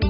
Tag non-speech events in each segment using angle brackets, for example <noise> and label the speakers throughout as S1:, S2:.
S1: The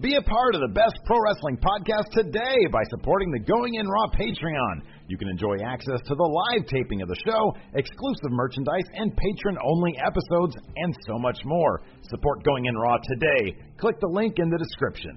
S2: Be a part of the best pro wrestling podcast today by supporting the Going In Raw Patreon. You can enjoy access to the live taping of the show, exclusive merchandise, and patron only episodes, and so much more. Support Going In Raw today. Click the link in the description.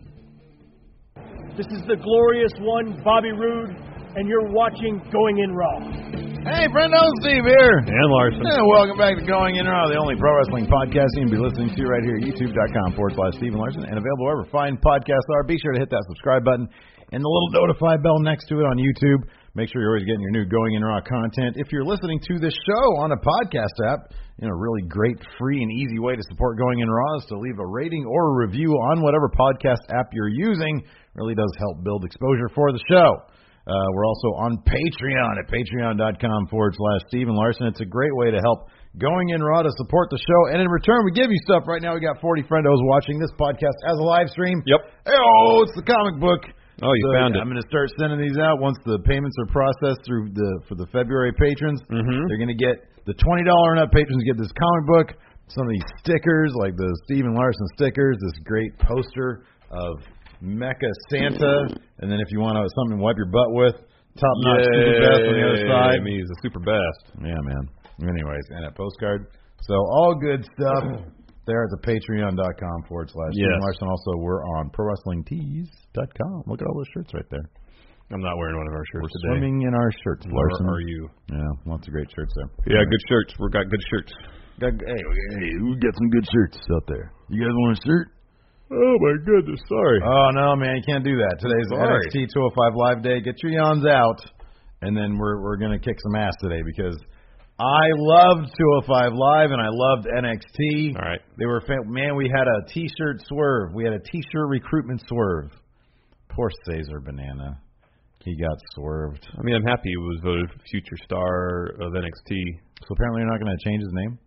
S3: This is the glorious one, Bobby Roode, and you're watching Going In Raw.
S2: Hey, Brendo, Steve here.
S4: And Larson.
S2: And welcome back to Going In Raw, the only pro wrestling podcast you can be listening to right here at youtube.com forward slash Steven Larson and available wherever fine podcasts are. Be sure to hit that subscribe button and the little notify bell next to it on YouTube. Make sure you're always getting your new Going In Raw content. If you're listening to this show on a podcast app, in a really great, free, and easy way to support Going In Raw is to leave a rating or a review on whatever podcast app you're using. Really does help build exposure for the show. Uh, we're also on Patreon at patreon.com forward slash Steven Larson. It's a great way to help going in raw to support the show. And in return, we give you stuff. Right now, we got 40 friendos watching this podcast as a live stream.
S4: Yep.
S2: Hey, oh, it's the comic book.
S4: Oh, you
S2: So,
S4: found
S2: yeah,
S4: it.
S2: I'm going to start sending these out once the payments are processed through the for the February patrons.
S4: Mhm.
S2: They're going to get the twenty dollar and up patrons get this comic book, some of these stickers like the Steven Larson stickers, this great poster of Mecha Santa,
S4: Mm-hmm.
S2: and then if you want to something to wipe your butt with, top notch super best on the other side.
S4: Me, he's the super best.
S2: Yeah, man. Anyways, and a postcard. So all good
S4: <clears throat>
S2: stuff there at the patreon.com forward slash
S4: Yes.
S2: Steven Larson. Also, we're on pro wrestling com. Look at all those shirts right there.
S4: I'm not wearing one of our shirts
S2: We're
S4: today.
S2: swimming in our shirts,
S4: Where
S2: Larson.
S4: are you?
S2: Yeah, lots of great shirts there.
S4: Yeah, good shirts. We got good shirts.
S2: Got, hey, hey, we got some good shirts out there. You guys want a shirt?
S4: Oh my goodness, sorry.
S2: Oh no, man, you can't do that. Today's
S4: Sorry.
S2: NXT 205 Live Day. Get your yawns out, and then we're we're gonna kick some ass today because I loved 205 Live and I loved NXT.
S4: All right.
S2: They were fan- man, we had a T-shirt swerve. We had a T-shirt recruitment swerve. Poor Caesar Banana. He got swerved.
S4: I mean, I'm happy he was voted future star of NXT.
S2: So apparently you're not gonna change his name.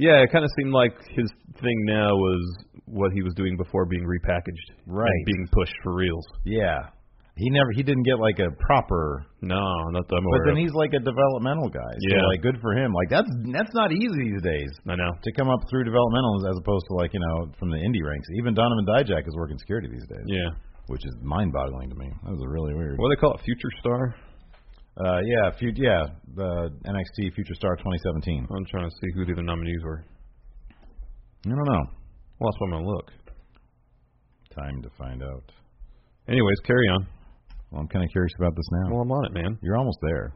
S4: Yeah, it kind of seemed like his thing now was what he was doing before being repackaged,
S2: Right.
S4: and being pushed for reals.
S2: Yeah. He never he didn't get like a proper
S4: No, not that I'm
S2: but
S4: aware
S2: then
S4: of.
S2: he's like a developmental guy. So
S4: Yeah.
S2: like good for him. Like that's that's not easy these days
S4: I know.
S2: to come up through developmental as opposed to like, you know, from the indie ranks. Even Donovan Dijak is working security these days.
S4: Yeah.
S2: Which is mind boggling to me. That was really weird.
S4: What do they call it? Future star?
S2: Uh yeah, few, yeah, the NXT Future Star twenty seventeen.
S4: I'm trying to see who the other nominees were.
S2: I don't know.
S4: Well, that's what I'm gonna look.
S2: Time to find out.
S4: Anyways, carry on.
S2: Well I'm kinda curious about this now.
S4: Well, I'm on it, man.
S2: You're almost there.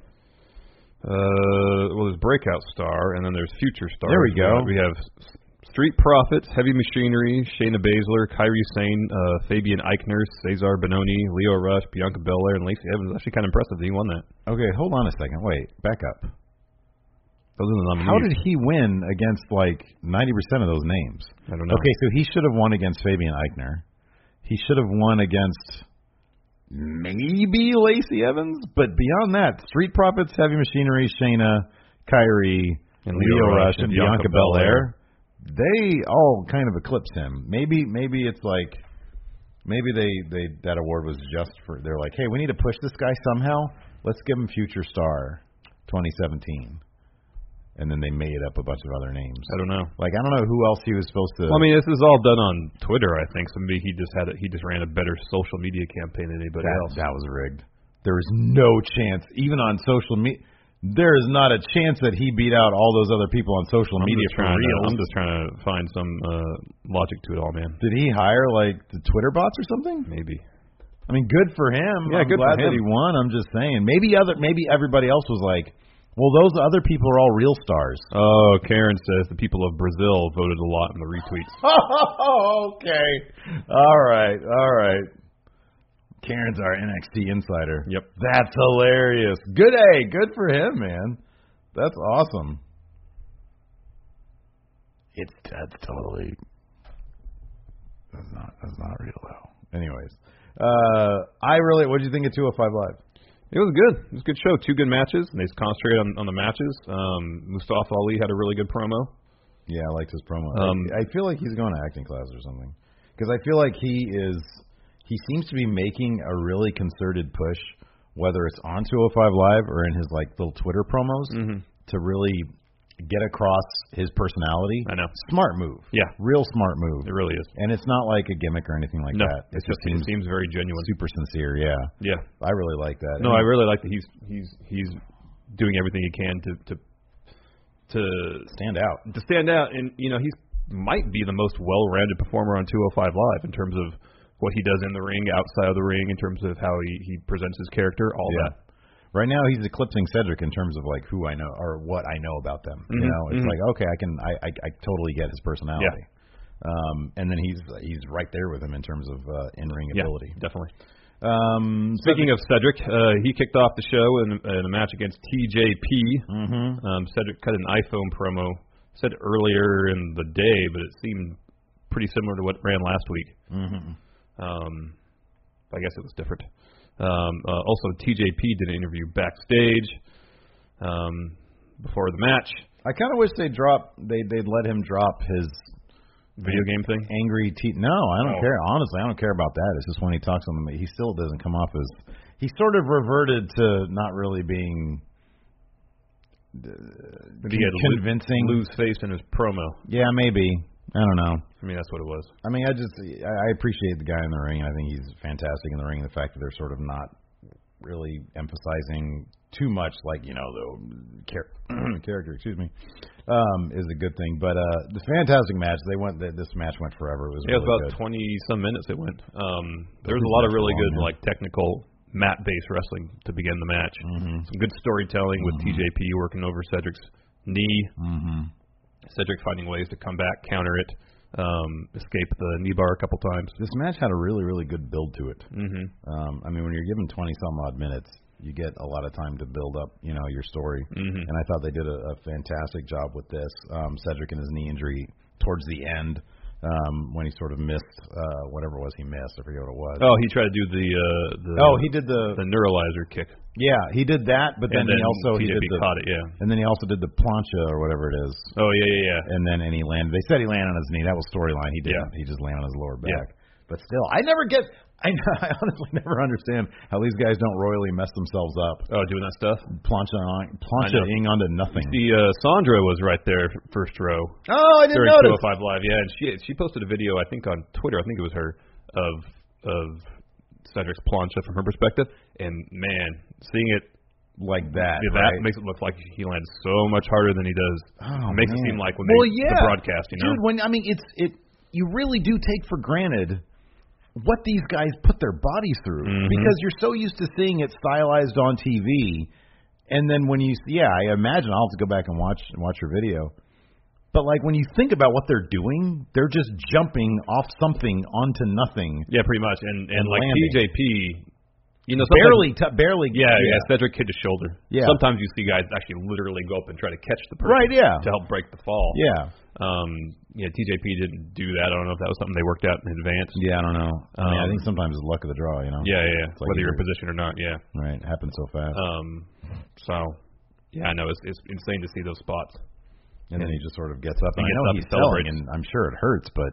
S4: Uh, well, there's Breakout Star, and then there's Future Star.
S2: There we go.
S4: We have S- Street Profits, Heavy Machinery, Shayna Baszler, Kyrie Sane, uh, Fabian Eichner, Cesar Bononi, Leo Rush, Bianca Belair, and Lacey Evans. Actually, kind of impressive that he won that.
S2: Okay, hold on a second. Wait, back up.
S4: Those are the nominees.
S2: How did he win against like 90% of those names?
S4: I don't know.
S2: Okay, so he should have won against Fabian Eichner. He should have won against maybe Lacey Evans, but beyond that, Street Profits, Heavy Machinery, Shayna, Kyrie,
S4: And
S2: Leo, Rush, and Bianca,
S4: Belair.
S2: Belair. They all kind of eclipse him. Maybe maybe it's like maybe they they that award was just for they're like, hey, we need to push this guy somehow. Let's give him Future Star 2017, and then they made up a bunch of other names.
S4: I don't know.
S2: Like I don't know who else he was supposed to.
S4: Well, I mean, this is all done on Twitter, I think. So maybe he just had a, he just ran a better social media campaign than anybody
S2: that,
S4: else.
S2: that was rigged. There is no chance, even on social media. There is not a chance that he beat out all those other people on social
S4: I'm
S2: media
S4: just
S2: for
S4: trying to,
S2: real.
S4: I'm just trying to find some uh, logic to it all, man.
S2: Did he hire like the Twitter bots or something?
S4: Maybe.
S2: I mean, good for him.
S4: Yeah,
S2: I'm
S4: good for
S2: glad that
S4: him.
S2: he won. I'm just saying, maybe other, maybe everybody else was like, well, those other people are all real stars.
S4: Oh, Karen says the people of Brazil voted a lot in the retweets.
S2: <laughs> okay. All right. All right. Karen's our NXT insider.
S4: Yep.
S2: That's hilarious. Good A. Good for him, man. That's awesome. It's that's totally That's not real though. Anyways, uh, I really. What did you think of 205 Live?
S4: It was good. It was a good show. Two good matches, and they just concentrated on, on the matches. Um, Mustafa Ali had a really good promo.
S2: Yeah, I liked his promo.
S4: Um,
S2: I, I feel like he's going to acting class or something because I feel like he is. He seems to be making a really concerted push, whether it's on 205 Live or in his like little Twitter promos,
S4: Mm-hmm.
S2: to really get across his personality.
S4: I know.
S2: Smart move.
S4: Yeah.
S2: Real smart move.
S4: It really is.
S2: And it's not like a gimmick or anything like
S4: No,
S2: that. It
S4: it's
S2: just
S4: just
S2: seems
S4: it seems very genuine.
S2: super sincere. Yeah.
S4: Yeah.
S2: I really like that.
S4: No, I
S2: And
S4: really like that he's he's he's doing everything he can to to to
S2: stand out.
S4: to stand out, and you know he's might be the most well-rounded performer on 205 Live in terms of what he does in the ring, outside of the ring, in terms of how he he presents his character, all
S2: Yeah.
S4: that.
S2: Right now, he's eclipsing Cedric in terms of like who I know or what I know about them. You
S4: Mhm,
S2: know, it's
S4: mhm.
S2: like okay, I can, I, I, I totally get his personality. Um, and then he's he's right there with him in terms of uh, in ring
S4: Yeah,
S2: ability.
S4: definitely.
S2: Um,
S4: Speaking of Cedric, uh, he kicked off the show in, in a match against TJP. Mm-hmm. Um, Cedric cut an iPhone promo. Said earlier in the day, but it seemed pretty similar to what ran last week. Mm-hmm. Um, I guess it was different. Um, uh, also, TJP did an interview backstage um, before the match.
S2: I kind of wish they would drop they they'd let him drop his
S4: Video game thing.
S2: angry te No, I don't
S4: Oh.
S2: care. Honestly, I don't care about that. It's just when he talks on the, he still doesn't come off as. He sort of reverted to not really being
S4: Maybe he had a
S2: convincing.
S4: lose face in his promo.
S2: Yeah, maybe. I don't know.
S4: I mean, that's what it was.
S2: I mean, I just I I appreciate the guy in the ring. I think he's fantastic in the ring. The fact that they're sort of not really emphasizing too much, like you know, the char- <clears throat> character, excuse me, um, is a good thing. But uh, the fantastic match. They went. th- This match went forever. It was
S4: Yeah, it
S2: really
S4: was about
S2: good.
S4: twenty some minutes it went. Um there
S2: Those
S4: was a
S2: matches
S4: lot of
S2: are
S4: really
S2: long,
S4: good
S2: man.
S4: like technical mat based wrestling to begin the match.
S2: Mm-hmm.
S4: Some good storytelling with TJP working over Cedric's knee.
S2: Mm-hmm.
S4: Cedric finding ways to come back, counter it, um, escape the knee bar a couple times.
S2: This match had a really, really good build to it.
S4: Mm-hmm.
S2: Um, I mean, when you're given 20 some odd minutes, you get a lot of time to build up, you know, your story. Mm-hmm. And I thought they did a, a fantastic job with this. Um, Cedric and his knee injury towards the end, um, when he sort of missed uh, whatever it was he missed. I forget what it was.
S4: Oh, he tried to do the uh the
S2: Oh, he did the,
S4: the neuralizer kick.
S2: yeah, he did that, but then,
S4: and then
S2: he also he
S4: TJP
S2: did the
S4: caught it, yeah.
S2: and then he also did the plancha or whatever it is,
S4: Oh yeah, yeah, yeah.
S2: and then and he landed. They said he landed on his knee. That was storyline. He didn't.
S4: Yeah.
S2: He just landed on his lower back.
S4: Yeah.
S2: But still, I never get. I, <laughs> I honestly never understand how these guys don't royally mess themselves up.
S4: Oh, doing that stuff.
S2: plancha on, planchaing onto nothing.
S4: The uh, Sandra was right there, first row.
S2: Oh, I
S4: during 205 Live. Yeah, and she she posted a video I think on Twitter. I think it was her of of Cedric's plancha from her perspective. And man, seeing it
S2: Like that.
S4: yeah, that
S2: right?
S4: makes it look like he lands so much harder than he does.
S2: Oh,
S4: makes it
S2: man.
S4: seem like when
S2: well,
S4: they
S2: yeah.
S4: the broadcast, you know.
S2: Dude, when I mean it's it, you really do take for granted what these guys put their bodies through
S4: Mm-hmm.
S2: because you're so used to seeing it stylized on TV, and then when you yeah, I imagine I'll have to go back and watch watch your video. But like when you think about what they're doing, they're just jumping off something onto nothing,
S4: yeah, pretty much. And and,
S2: And
S4: like
S2: landing.
S4: TJP, you know, sometimes-
S2: barely, t- barely.
S4: Yeah, yeah, Cedric hit his shoulder.
S2: Yeah.
S4: Sometimes you see guys actually literally go up and try to catch the person
S2: Right, yeah.
S4: to help break the fall.
S2: yeah,
S4: Um, yeah, TJP didn't do that. I don't know if that was something they worked out in advance.
S2: yeah. I don't know. I, mean, I
S4: Um,
S2: think sometimes it's luck of the draw, you know.
S4: Yeah, yeah, yeah.
S2: It's like
S4: Whether you're in
S2: either-
S4: position or not, yeah.
S2: Right, happens so fast.
S4: Um, so, yeah, I know it's it's insane to see those spots.
S2: and then he just sort of gets up.
S4: He
S2: And I
S4: gets
S2: know
S4: up,
S2: he's
S4: he
S2: selling,
S4: celebrates.
S2: and I'm sure it hurts, but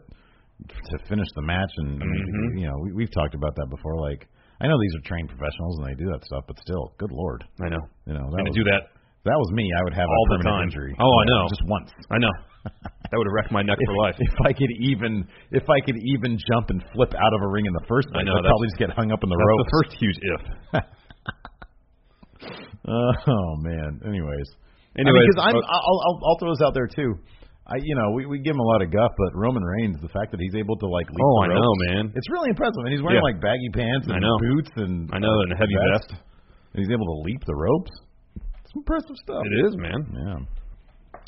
S2: to finish the match, and I mean,
S4: Mhm.
S2: you know, we, we've talked about that before. Like, I know these are trained professionals and they do that stuff, but still, good lord,
S4: I know.
S2: you know, that
S4: And to
S2: was,
S4: do that,
S2: if that was me. I would have a
S4: all the
S2: permanent
S4: time.
S2: injury.
S4: Oh, I
S2: Yeah,
S4: know.
S2: just once.
S4: I know. <laughs> that would have wrecked my neck for <laughs> life.
S2: If I could even, if I could even jump and flip out of a ring in the first place,
S4: know,
S2: I'd
S4: that's-
S2: probably just get hung up in the
S4: That's
S2: ropes.
S4: the first huge if.
S2: Uh, oh man. Anyways.
S4: Anyways,
S2: because I am
S4: uh,
S2: I'll, I'll I'll throw this out there too. I you know we we give him a lot of guff, but Roman Reigns, the fact that he's able to like leap
S4: Oh, I
S2: the
S4: know,
S2: ropes,
S4: man.
S2: it's really impressive. And he's wearing
S4: Yeah.
S2: like baggy pants
S4: I
S2: and
S4: know.
S2: boots and
S4: I know, and a heavy vest.
S2: And he's able to leap the ropes. It's impressive stuff.
S4: It is, man.
S2: Yeah,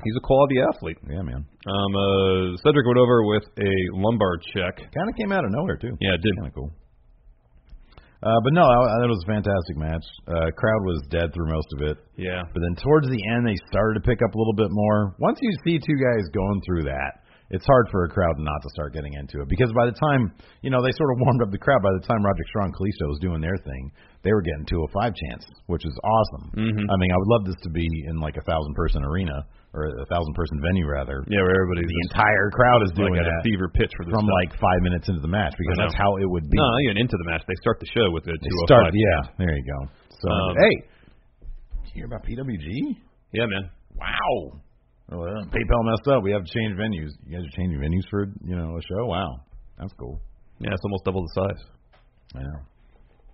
S4: He's a quality athlete.
S2: yeah, man.
S4: Um, uh, Cedric went over with a lumbar check.
S2: Kind of came out of nowhere too.
S4: Yeah, it did.
S2: kind of cool. Uh, but no, I, I thought it was a fantastic match. Uh, crowd was dead through most of it.
S4: Yeah.
S2: But then towards the end, they started to pick up a little bit more. Once you see two guys going through that, it's hard for a crowd not to start getting into it because by the time you know they sort of <laughs> warmed up the crowd. By the time Roger Strong Kalisto was doing their thing, they were getting 205 chance, which is awesome.
S4: Mhm.
S2: I mean, I would love this to be in like a thousand person arena or a thousand person venue rather.
S4: Yeah, where everybody's
S2: The
S4: just
S2: entire crowd is doing
S4: like at a
S2: that
S4: fever pitch for this
S2: from
S4: stuff.
S2: like five minutes into the match because
S4: I know.
S2: that's how it would be.
S4: no, not even into the match. They start the show with a
S2: They
S4: 205.
S2: start, yeah. There you go. So
S4: Um,
S2: hey, did you hear about PWG?
S4: yeah, man.
S2: Wow. Well, uh, PayPal messed up. We have to change venues. You guys are changing venues for you know a show. Wow, that's cool.
S4: Yeah, it's almost double the size.
S2: I know.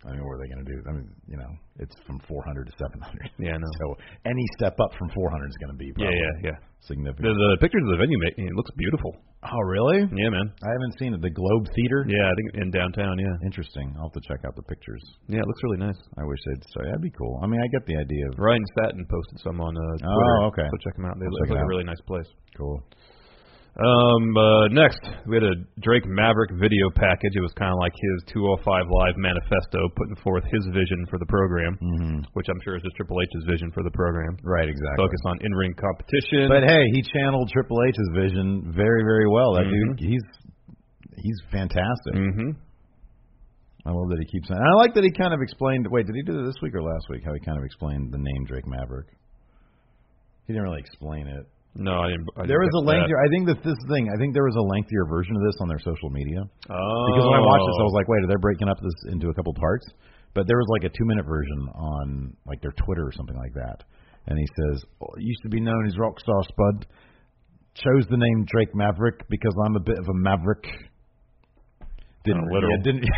S2: I mean, what are they going to do? I mean, you know, it's from 400 to 700.
S4: Yeah, I know.
S2: So any step up from 400 is going to be
S4: Yeah,
S2: probably
S4: yeah, yeah. The,
S2: significant.
S4: the pictures of the venue, ma- it looks beautiful.
S2: oh, really?
S4: Yeah, man.
S2: I haven't seen it. The Globe Theater.
S4: Yeah, I think in downtown. Yeah,
S2: Interesting. I'll have to check out the pictures.
S4: yeah, it looks really nice.
S2: I wish they'd say that'd be cool. I mean, I get the idea of
S4: Ryan Satin posted some on uh,
S2: Oh,
S4: Twitter.
S2: okay.
S4: So check them out.
S2: I'll
S4: They look
S2: check it
S4: like a
S2: out.
S4: really nice place.
S2: cool.
S4: Um, uh, next, we had a Drake Maverick video package. It was kind of like his 205 Live manifesto, putting forth his vision for the program,
S2: Mhm.
S4: which I'm sure is just Triple H's vision for the program.
S2: Right, exactly.
S4: Focus on in-ring competition.
S2: But hey, he channeled Triple H's vision very, very well. That
S4: Mhm.
S2: dude, he's he's fantastic.
S4: mm-hmm.
S2: I love that he keeps. And I like that he kind of explained. Wait, did he do this week or last week? How he kind of explained the name Drake Maverick. He didn't really explain it.
S4: No, I didn't. I didn't
S2: There was a
S4: catch
S2: lengthier. I think that this thing. I think there was a lengthier version of this on their social media.
S4: That. Oh,
S2: Because when I watched this, I was like, wait, they're breaking up this into a couple parts. But there was like a two minute version on like their Twitter or something like that. And he says, oh, it used to be known as Rockstar Spud. Chose the name Drake Maverick because I'm a bit of a maverick. Didn't
S4: Kinda literal.
S2: Yeah, didn't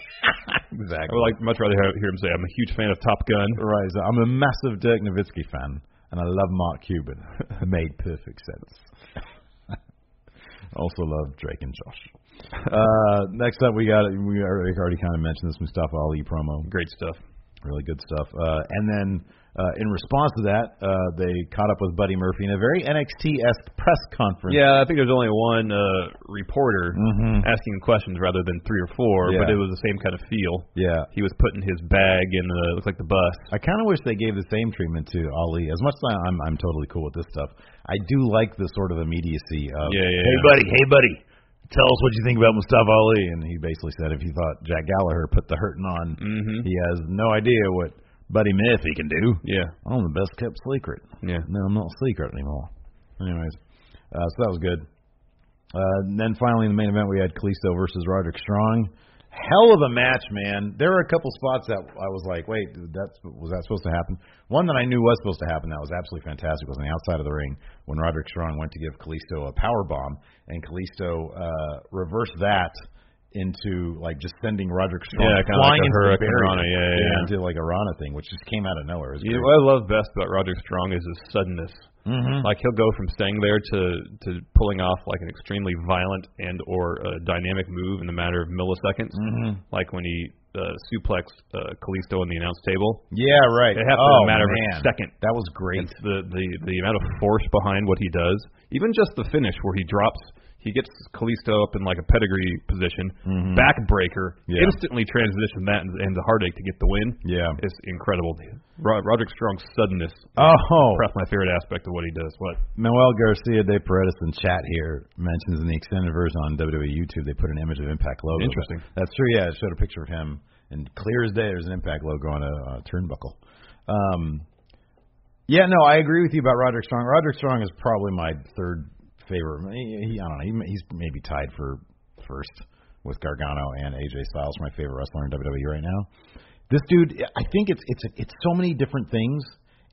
S2: <laughs>
S4: exactly. Oh. I would like much rather hear him say, "I'm a huge fan of Top Gun."
S2: right. So I'm a massive Dirk Nowitzki fan, and I love Mark Cuban. <laughs> Made perfect sense. <laughs> also love Drake and Josh. Uh, next up, we got we already already kind of mentioned this Mustafa Ali promo.
S4: Great stuff.
S2: really good stuff. Uh, and then uh, in response to that, uh, they caught up with Buddy Murphy in a very NXT esque press conference.
S4: Yeah, I think there's only one uh, reporter
S2: Mhm.
S4: asking questions rather than three or four, but
S2: Yeah.
S4: it was the same kind of feel.
S2: yeah.
S4: He was putting his bag in the looks like the bus.
S2: I kind of wish they gave the same treatment to Ali. As much as I- I'm, I'm totally cool with this stuff, I do like the sort of immediacy of,
S4: Yeah, yeah,
S2: hey
S4: yeah.
S2: buddy, hey buddy, tell us what you think about Mustafa Ali. And he basically said if he thought Jack Gallagher put the hurting on,
S4: Mhm.
S2: he has no idea what Buddy Murphy can do.
S4: Yeah.
S2: I'm the best kept secret.
S4: Yeah.
S2: No, I'm not a secret anymore. Anyways, uh, so that was good. Uh, and then finally, in the main event, we had Kalisto versus Roderick Strong. Hell of a match, man. There were a couple spots that I was like, wait, that's was that supposed to happen? One that I knew was supposed to happen that was absolutely fantastic was on the outside of the ring when Roderick Strong went to give Kalisto a power bomb, and Kalisto uh, reversed that into like just sending Roderick Strong
S4: Yeah, kinda
S2: flying
S4: like a
S2: into the
S4: Hurricane
S2: barrier,
S4: Rana, yeah, yeah, yeah.
S2: into like a Rana thing, which just came out of nowhere. It was
S4: You know
S2: great.
S4: what I love best about Roger Strong is his suddenness.
S2: Mhm.
S4: Like he'll go from staying there to to pulling off like an extremely violent and or uh, dynamic move in a matter of milliseconds.
S2: Mhm.
S4: Like when he uh, suplexed uh, Kalisto on the announce table.
S2: Yeah, right.
S4: It happened
S2: oh,
S4: in a matter
S2: man.
S4: of a second.
S2: That was great.
S4: It's the, the the amount of force behind what he does, even just the finish where he drops, he gets Kalisto up in like a pedigree position, backbreaker,
S2: Mm-hmm. Yeah.
S4: instantly transition that and, and the heartache to get the win.
S2: Yeah.
S4: It's incredible. Rod- Roderick Strong's suddenness,
S2: Oh,
S4: perhaps my favorite aspect of what he does. What?
S2: Manuel Garcia de Paredes in chat here mentions in the extended version on WWE YouTube they put an image of Impact logo.
S4: Interesting.
S2: That's true. Yeah, it showed a picture of him, and clear as day, there's an Impact logo on a, a turnbuckle. Um, yeah, no, I agree with you about Roderick Strong. Roderick Strong is probably my third favorite. He, he- I don't know. He, may- he's maybe tied for first with Gargano and AJ Styles, my favorite wrestler in WWE right now. This dude, I think it's it's it's so many different things,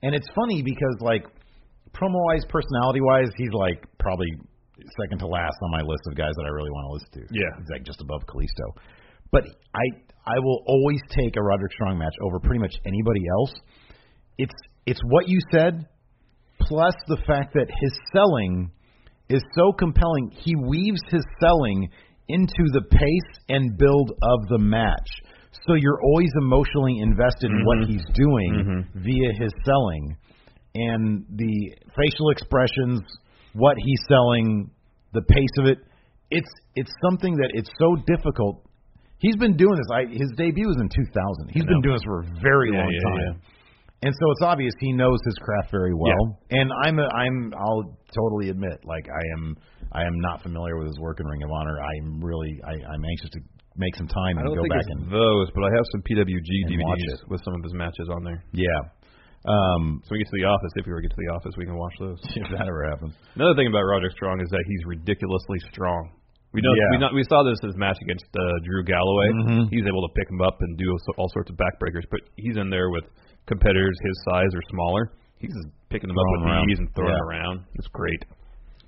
S2: and it's funny because like promo wise, personality wise, he's like probably second to last on my list of guys that I really want to listen to.
S4: Yeah.
S2: he's like just above Kalisto. But I I will always take a Roderick Strong match over pretty much anybody else. It's it's what you said, plus the fact that his selling is so compelling. He weaves his selling into the pace and build of the match. So you're always emotionally invested in what he's doing via his selling and the facial expressions, what he's selling, the pace of it. It's it's something that it's so difficult. He's been doing this. I, his debut was in 2000. He's been doing this for a very
S4: Yeah,
S2: long
S4: yeah,
S2: time. And so it's obvious he knows his craft very well. And I'm a, I'm I'll totally admit like I am I am not familiar with his work in Ring of Honor. I'm really I, I'm anxious to make some time
S4: I
S2: and
S4: don't
S2: go
S4: think
S2: back
S4: it's
S2: and
S4: those, but I have some PWG
S2: And watch
S4: DVDs with some of his matches on there.
S2: yeah. Um, <laughs>
S4: So we get to the office. If we ever get to the office, we can watch those.
S2: if that ever happens.
S4: Another thing about Roderick Strong is that he's ridiculously strong. We know
S2: Yeah.
S4: we, not, we saw this in his match against uh, Drew Galloway.
S2: Mhm.
S4: He's able to pick him up and do all- all sorts of backbreakers, but he's in there with competitors his size or smaller. He's just picking them
S2: Throwing
S4: up with
S2: around.
S4: knees and throwing
S2: Yeah.
S4: around. It's great.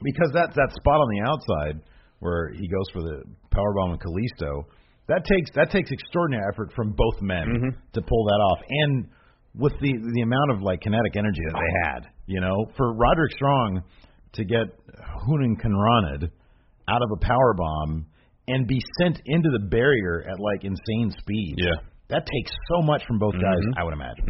S2: because that that spot on the outside where he goes for the power bomb with Kalisto, that takes that takes extraordinary effort from both men
S4: Mhm.
S2: to pull that off, and with the the amount of like kinetic energy that they had, you know, for Roderick Strong to get Hunan Conranid out of a power bomb and be sent into the barrier at like insane speed,
S4: Yeah.
S2: that takes so much from both guys,
S4: Mhm.
S2: I would imagine.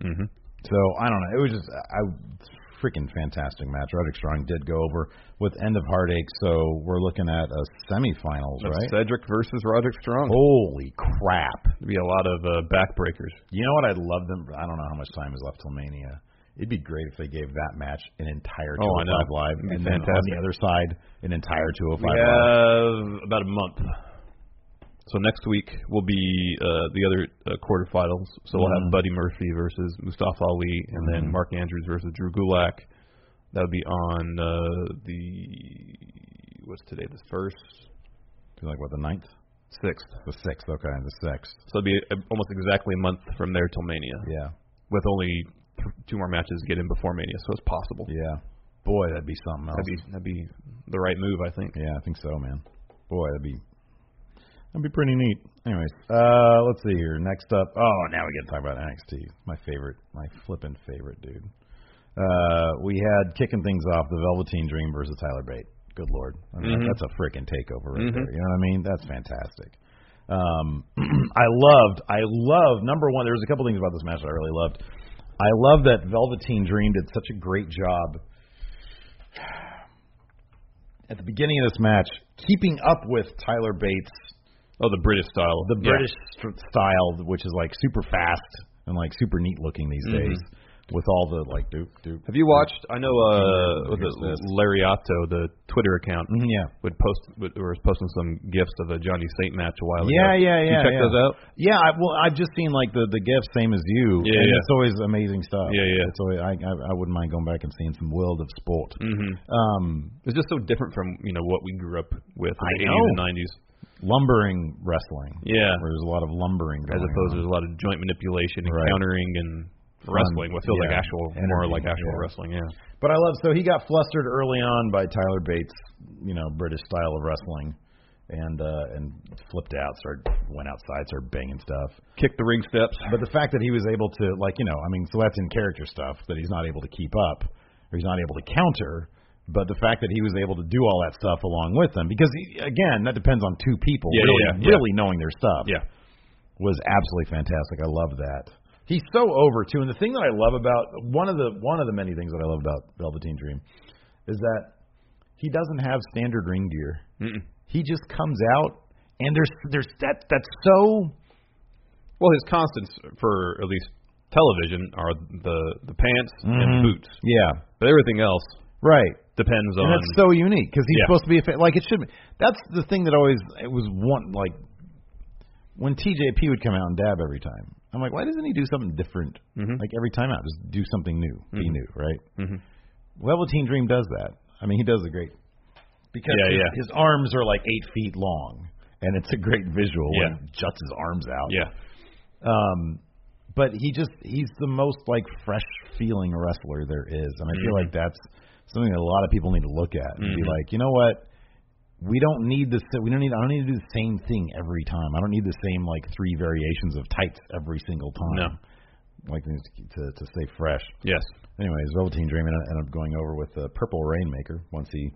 S4: Mhm. Mhm.
S2: So I don't know. It was just I freaking fantastic match. Roderick Strong did go over with end of heartache. So we're looking at a semifinals,
S4: That's
S2: right? Oh.
S4: Cedric versus Roderick Strong.
S2: Holy crap!
S4: There'd be a lot of uh, backbreakers.
S2: You know what? I'd love them. I don't know how much time is left till Mania. It'd be great if they gave that match an entire 205
S4: Oh, I know.
S2: live,
S4: It'd be
S2: and then on
S4: fantastic.
S2: the other side, an entire 205
S4: We
S2: live.
S4: have about a month. So next week will be uh, the other uh, quarterfinals. So we'll
S2: Mhm.
S4: have Buddy Murphy versus Mustafa Ali, and
S2: Mm-hmm.
S4: then Mark Andrews versus Drew Gulak. That would be on uh, the what's today? The first,
S2: Like what? The ninth,
S4: sixth.
S2: the sixth. Okay, the sixth.
S4: So it'll be uh, almost exactly a month from there till Mania,
S2: Yeah,
S4: with only th- two more matches to get in before Mania. So it's possible.
S2: yeah. Boy, that'd be something else.
S4: That'd be that'd be the right move, I think.
S2: Yeah, I think so, man. Boy, that'd be that'd be pretty neat. Anyways, uh, let's see here. Next up, oh, now we get to talk about NXT. My favorite, my flippin' favorite, dude. Uh, we had kicking things off the Velveteen Dream versus Tyler Bate. Good lord, I mean,
S4: Mhm.
S2: that's a freaking takeover right
S4: Mhm.
S2: there. You know what I mean? That's fantastic. Um, <clears throat> I loved, I loved number one. There was a couple things about this match that I really loved. I love that Velveteen Dream did such a great job at the beginning of this match, keeping up with Tyler Bates,
S4: Oh, the British style.
S2: the
S4: Yeah.
S2: British st- style, which is like super fast and like super neat looking these
S4: Mhm.
S2: days, with all the like doop doop.
S4: Have you watched? I know uh,
S2: Here's
S4: was
S2: this.
S4: it Lariato, the Twitter account,
S2: Mhm, Yeah.
S4: would post would, or was posting some gifs of a Johnny Saint match a while
S2: Yeah,
S4: ago.
S2: yeah,
S4: Did
S2: yeah.
S4: You check
S2: yeah.
S4: those out.
S2: Yeah, I, well, I've just seen like the the gifts, same as you.
S4: Yeah,
S2: and
S4: yeah.
S2: It's always amazing stuff.
S4: Yeah, yeah.
S2: It's always, I, I I wouldn't mind going back and seeing some world of sport.
S4: Mm-hmm.
S2: Um,
S4: It's just so different from you know what we grew up with
S2: I
S4: in the
S2: know.
S4: 80s and 90s.
S2: lumbering wrestling.
S4: Yeah,
S2: Where there's a lot of lumbering.
S4: as
S2: going on.
S4: opposed to there's a lot of joint manipulation and
S2: Oh, Right.
S4: countering and wrestling. What feels
S2: Yeah.
S4: like actual more
S2: Energy,
S4: like actual
S2: yeah.
S4: wrestling. Yeah.
S2: But I love so he got flustered early on by Tyler Bates, you know, British style of wrestling, and uh, and flipped out, started went outside, started banging stuff.
S4: Kick the ring steps.
S2: But the fact that he was able to like you know, I mean, so that's in character stuff that he's not able to keep up or he's not able to counter. But the fact that he was able to do all that stuff along with them, because he, again, that depends on two people
S4: Yeah,
S2: really,
S4: yeah, yeah.
S2: really knowing their stuff
S4: Yeah.
S2: was absolutely fantastic. I love that. He's so over too. And the thing that I love about one of the one of the many things that I love about Velveteen Dream is that he doesn't have standard ring gear.
S4: Mm-mm.
S2: He just comes out and there's there's that that's so
S4: Well, his constants for at least television are the the pants
S2: Mm-hmm.
S4: and boots,
S2: Yeah.
S4: but everything else
S2: Right.
S4: depends
S2: And
S4: on
S2: that's so unique because he's
S4: Yeah.
S2: supposed to be a fa- like it should. be That's the thing that always it was one like when TJP would come out and dab every time. I'm like, why doesn't he do something different?
S4: Mhm.
S2: Like every time out, just do something new, be
S4: Mhm.
S2: new, right?
S4: Mhm.
S2: Well, Velveteen Dream does that. I mean, he does a great because
S4: Yeah,
S2: his,
S4: yeah.
S2: his arms are like eight feet long, and it's a great visual
S4: Yeah.
S2: when he juts his arms out.
S4: yeah.
S2: Um, but he just he's the most like fresh feeling wrestler there is, and I feel
S4: Mhm.
S2: like that's something that a lot of people need to look at and be
S4: Mhm.
S2: like, you know what? We don't need this. We don't need. I don't need to do the same thing every time. I don't need the same like three variations of tights every single
S4: No.
S2: time. Like to to, to stay fresh.
S4: Yes.
S2: Anyways, Velveteen Dream ended up going over with the Purple Rainmaker once he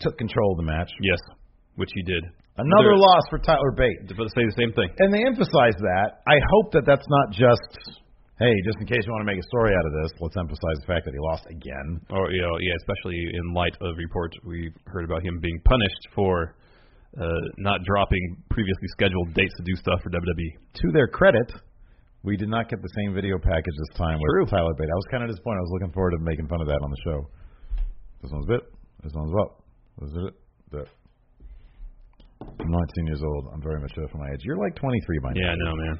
S2: took control of the match.
S4: Yes. Which he did.
S2: Another
S4: Another-
S2: loss for Tyler Bate.
S4: But say the same thing.
S2: and they emphasize that. I hope that that's not just, hey, just in case you want to make a story out of this, let's emphasize the fact that he lost again.
S4: Or you know, Oh, yeah, especially in light of reports we've heard about him being punished for uh, not dropping previously scheduled dates to do stuff for WWE.
S2: To their credit, We did not get the same video package this time with Tyler Bate. I was kind of disappointed. I was looking forward to making fun of that on the show. This one's bit. This one's up. This is it. That. I'm 19 years old. I'm very mature for my age. You're like 23 by now.
S4: Yeah, I know, man.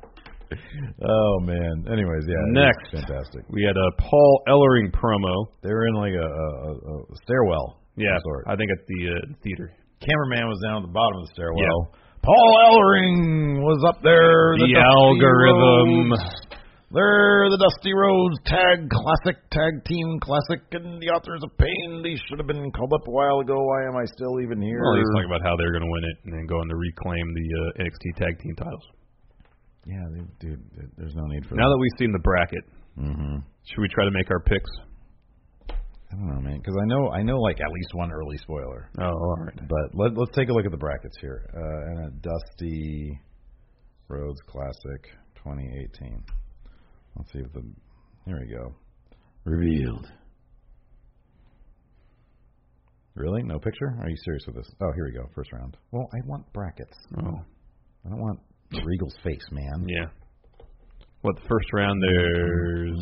S2: Oh man. Anyways, yeah. it was
S4: Next.
S2: Fantastic.
S4: We had a Paul Ellering promo.
S2: They were in like a, a, a a stairwell. of
S4: Yeah,
S2: some Sort.
S4: I think at the uh, theater.
S2: cameraman was down at the bottom of the stairwell. Paul Ellering was up there.
S4: The
S2: Dusty
S4: algorithm.
S2: Rhodes. They're the Dusty Rhodes Tag Classic, Tag Team Classic, and the Authors of Pain. These should have been called up a while ago. Why am I still even here?
S4: Well, he's talking about how they're going to win it and then go on to reclaim the uh, NXT tag team titles.
S2: yeah, they, dude, there- there's no need for that.
S4: Now that we've seen the bracket,
S2: mm-hmm.
S4: should we try to make our picks?
S2: I don't know, man, because I know, I know, like at least one early spoiler.
S4: Oh, all right.
S2: But let, let's take a look at the brackets here. Uh, and a Dusty Rhodes Classic 2018. Let's see if the. Here we go. Revealed. Really? No picture? Are you serious with this? Oh, here we go. First round. Well, I want brackets.
S4: Oh,
S2: I don't want Regal's face, man.
S4: yeah. What the first round? There's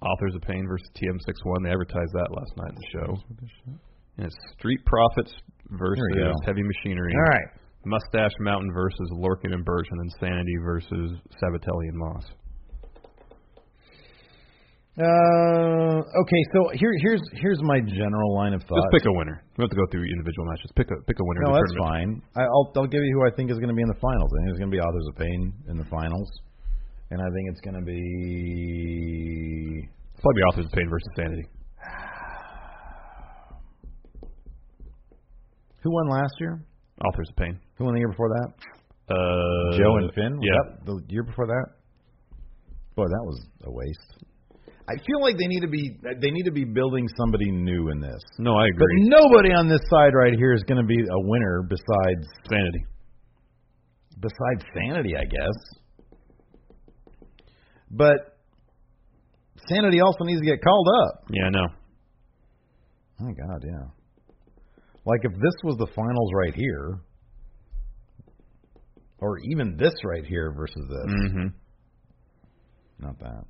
S4: Authors of Pain versus TM61. They advertised that last night in the show. And it's Street Profits
S2: There we
S4: versus
S2: go.
S4: Heavy Machinery.
S2: All right.
S4: Mustache Mountain versus Lorcan and Birch, and Insanity versus Sabatelli and Moss.
S2: Uh, okay, so here, here's here's my general line of thought.
S4: Just pick a winner. We don't have to go through individual matches. Pick a pick a winner.
S2: No,
S4: of the
S2: that's
S4: tournament.
S2: fine. I, I'll I'll give you who I think is going to be in the finals. I think it's going to be Authors of Pain in the finals, and I think it's going to be
S4: It's probably Authors of Pain versus Sanity.
S2: who won last year?
S4: Authors of Pain.
S2: Who won the year before that?
S4: Uh,
S2: Joe and Finn. Was
S4: Yeah.
S2: that the year before that. Boy, that was a waste. I feel like they need to be they need to be building somebody new in this.
S4: No, I
S2: But
S4: agree.
S2: nobody on this side right here is going to be a winner besides
S4: Sanity.
S2: besides sanity, I guess. But sanity also needs to get called up.
S4: Yeah, no.
S2: My God, yeah. Like if this was the finals right here, or even this right here versus this,
S4: Mm-hmm.
S2: not that.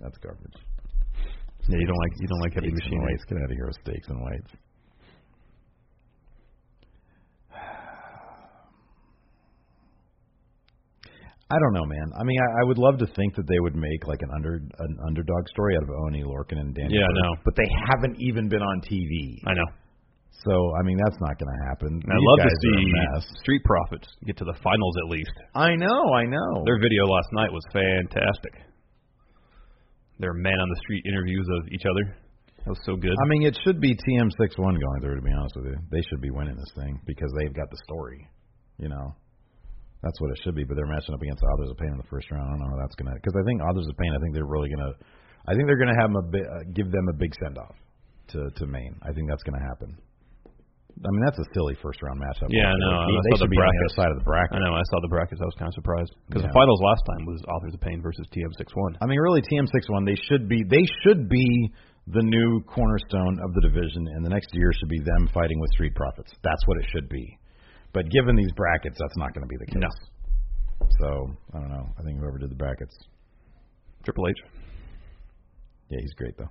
S2: That's garbage.
S4: Yeah, you don't like you don't like heavy
S2: Steaks and
S4: machinery.
S2: whites. Get out of here with steaks and whites. <sighs> I don't know, man. I mean, I, I would love to think that they would make like an under an underdog story out of Oni Lorcan and Danny.
S4: Yeah,
S2: Burke,
S4: no.
S2: But they haven't even been on TV,
S4: I know.
S2: so I mean that's not going to happen.
S4: And I
S2: These
S4: love to
S2: guys are a mess. Oh.
S4: see Street Profits get to the finals at least.
S2: I know, I know.
S4: Their video last night was fantastic. Their man on the street interviews of each other. That was so good.
S2: I mean, it should be TM61 going through. To be honest with you, they should be winning this thing because they've got the story. You know, that's what it should be. But they're matching up against Authors of Pain in the first round. I don't know how that's gonna because I think Authors of Pain. I think they're really gonna. I think they're gonna have 'em a bi- uh, give them a big send off to to Maine. I think that's gonna happen. I mean, that's a silly first round matchup. They-
S4: Yeah, I know. I
S2: They
S4: saw
S2: should be
S4: the
S2: on the
S4: brackets.
S2: other side of the bracket.
S4: I know. I saw the brackets. I was kind of surprised because
S2: Yeah. Uh,
S4: the finals last time was Authors of Pain versus TM61.
S2: I mean, really, TM61, they should be they should be the new cornerstone of the division, and the next year should be them fighting with Street Profits. That's what it should be. But given these brackets, that's not going to be the case.
S4: No.
S2: So I don't know. I think whoever did the brackets,
S4: Triple H.
S2: uh, yeah, he's great though.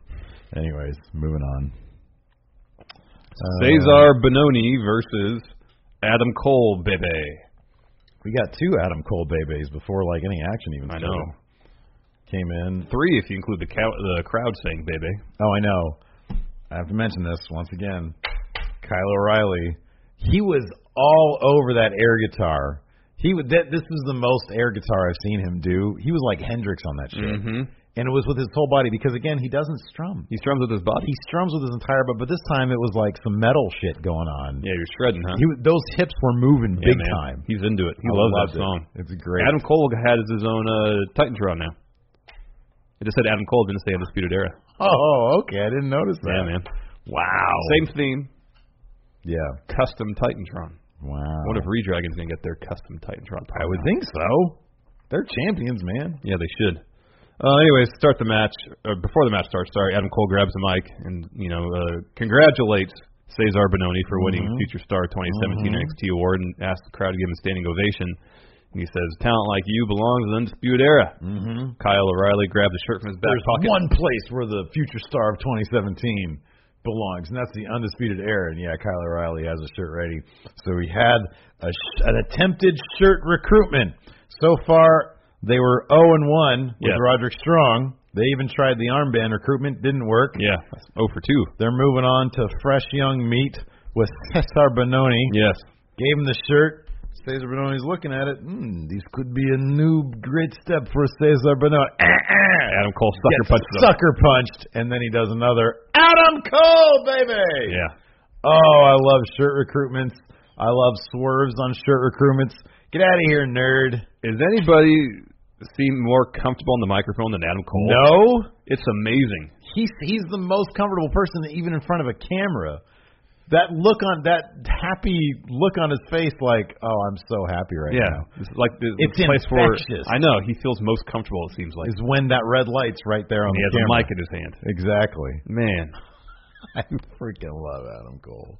S2: Anyways, moving on. Uh,
S4: Cesar Bononi versus Adam Cole, baby.
S2: we got two Adam Cole babies before like any action even.
S4: I
S2: started.
S4: know.
S2: Came in.
S4: Three, if you include the cow- the crowd saying baby.
S2: Oh, I know. I have to mention this once again. Kyle O'Reilly, he was all over that air guitar. He would. That, this was the most air guitar I've seen him do. He was like Hendrix on that shit,
S4: Mm-hmm.
S2: and it was with his whole body because again, he doesn't strum.
S4: He strums with his body.
S2: He strums with his entire body, but this time it was like some metal shit going on.
S4: Yeah, you're shredding, huh?
S2: He was- those hips were moving
S4: Yeah,
S2: big
S4: man.
S2: time.
S4: He's into it. He
S2: I
S4: loves
S2: loved
S4: that
S2: it.
S4: song.
S2: It's great.
S4: Adam Cole has his own uh, Titantron now. It just said Adam Cole didn't say Undisputed Era.
S2: <laughs> oh, okay. I didn't notice that.
S4: Yeah, man.
S2: Wow.
S4: Same theme,
S2: Yeah.
S4: custom Titantron.
S2: Wow.
S4: I wonder if Redragon's gonna get their custom Titantron.
S2: I would think so. They're champions, man.
S4: Yeah, they should. Uh, anyways, start the match. Or before the match starts, sorry, Adam Cole grabs the mic and you know uh, congratulates Cesar Bononi for winning
S2: Mhm.
S4: Future Star 2017
S2: Mhm.
S4: NXT award and asked the crowd to give him a standing ovation. And he says, "Talent like you belongs in the Undisputed Era."
S2: Mm-hmm.
S4: Kyle O'Reilly grabbed the shirt from his back
S2: There's
S4: pocket.
S2: one place where the future star of 2017 belongs, and that's the undisputed era. And yeah, Kyle O'Reilly has a shirt ready. So he had a sh- an attempted shirt recruitment. So far, they were 0 and 1 with
S4: Yeah.
S2: Roderick Strong. They even tried the armband recruitment, didn't work.
S4: Yeah, that's 0 for 2.
S2: They're moving on to fresh young meat with <laughs> Cesar Bononi.
S4: Yes.
S2: Gave him the shirt. Cesar Bononi's looking at it. Hmm, this could be a new great step for Cesar Bononi. Uh-uh.
S4: Adam Cole sucker
S2: Gets
S4: punched him.
S2: sucker punched, and then he does another Adam Cole, baby.
S4: Yeah.
S2: Oh, I love shirt recruitments. I love swerves on shirt recruitments. Get out of here, nerd.
S4: Is anybody seem more comfortable on the microphone than Adam Cole? <laughs>
S2: No,
S4: It's amazing.
S2: he's he's the most comfortable person even in front of a camera. That look on that happy look on his face, like, oh, I'm so happy right now,
S4: Yeah. It's like the,
S2: It's
S4: the place where
S2: infectious.
S4: I know he feels most comfortable. It seems like
S2: is when that red light's right there on
S4: he
S2: the
S4: has
S2: camera.
S4: a mic in his hand.
S2: Exactly. <laughs>
S4: Man.
S2: I freaking love Adam Cole.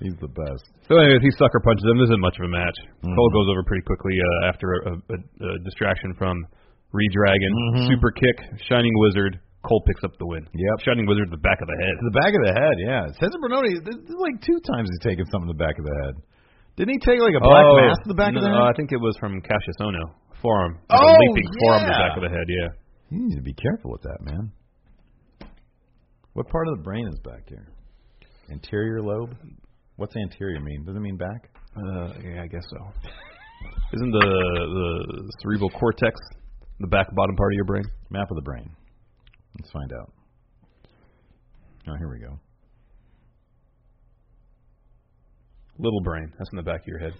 S2: He's the best.
S4: So, anyways, he sucker punches him. This isn't much of a match.
S2: Mhm.
S4: Cole goes over pretty quickly uh, after a, a, a distraction from Reed Dragon.
S2: Mhm.
S4: Super kick, Shining Wizard. Cole picks up the win.
S2: Yep.
S4: Shining Wizard to the back of the head.
S2: To the back of the head, yeah. Cesar Bernoni, this this is like two times he's taken something to the back of the head. Didn't he take like a black
S4: oh,
S2: mass to the back
S4: no,
S2: of the
S4: no, I
S2: head?
S4: think it was from Cassius Ono. Forearm.
S2: Oh,
S4: a leaping forearm to the
S2: yeah.
S4: back of the head, yeah.
S2: You need to be careful with that, man. What part of the brain is back here? Anterior lobe? What's anterior mean? Does it mean back?
S4: Uh, yeah, I guess so. Isn't the the cerebral cortex the back bottom part of your brain?
S2: Map of the brain. Let's find out. Oh, here we go.
S4: Little brain. That's in the back of your head.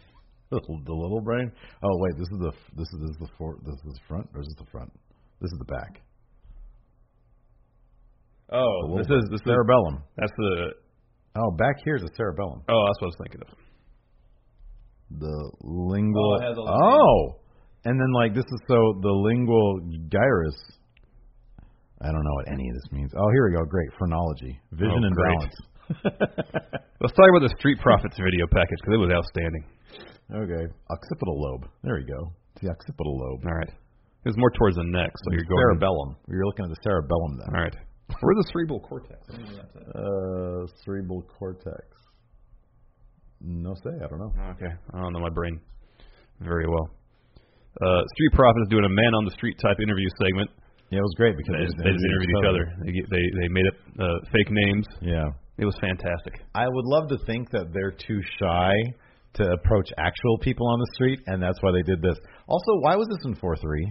S2: Little- the little brain. Oh wait, this is the f- this is this is the for, this is the front or is this the front? This is the back. The
S4: Oh,
S2: little
S4: this is this is
S2: cerebellum.
S4: that's the
S2: Oh, back here is the cerebellum.
S4: oh that's what I was thinking of.
S2: the lingual.
S4: Oh, it has all the
S2: Oh, and then like this is so the lingual gyrus. I don't know what any of this means. Oh, here we go. Great phrenology, vision
S4: Oh,
S2: and
S4: great.
S2: balance.
S4: Let's talk about the Street Profits video package because it was outstanding.
S2: Okay, occipital lobe. There we go. It's the occipital lobe.
S4: All right, it was more towards the neck, so you're going
S2: cerebellum. You're looking at the cerebellum then.
S4: All right, where's the cerebral cortex?
S2: Uh, cerebral cortex. No say. I don't know.
S4: Okay, I don't know my brain very well. Uh, Street Profits doing a man on the street type interview segment.
S2: Yeah, it was great because
S4: They, they just interviewed each other. They they they made up uh, fake names.
S2: Yeah.
S4: It was fantastic.
S2: I would love to think that they're too shy to approach actual people on the street, and that's why they did this. Also, why was this in four three?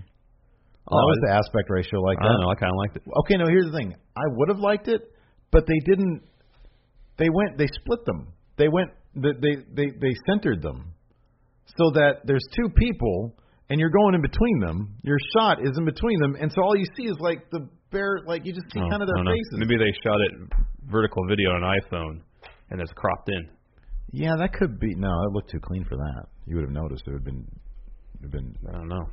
S2: Why
S4: Oh,
S2: was
S4: it-
S2: the aspect ratio like
S4: I
S2: that?
S4: don't know. I kind of liked it.
S2: Okay, no. Here's the thing. I would have liked it, but they didn't. They went. They split them. They went. They they they, they centered them, so that there's two people, and you're going in between them. Your shot is in between them, and so all you see is like the bare, like you just see
S4: Oh,
S2: kind of
S4: I
S2: their
S4: don't know.
S2: faces.
S4: Maybe they shot it vertical video on an iPhone and it's cropped in.
S2: Yeah, that could be. No, it looked too clean for that. You would have noticed. It would have been. It would have been.
S4: I don't know.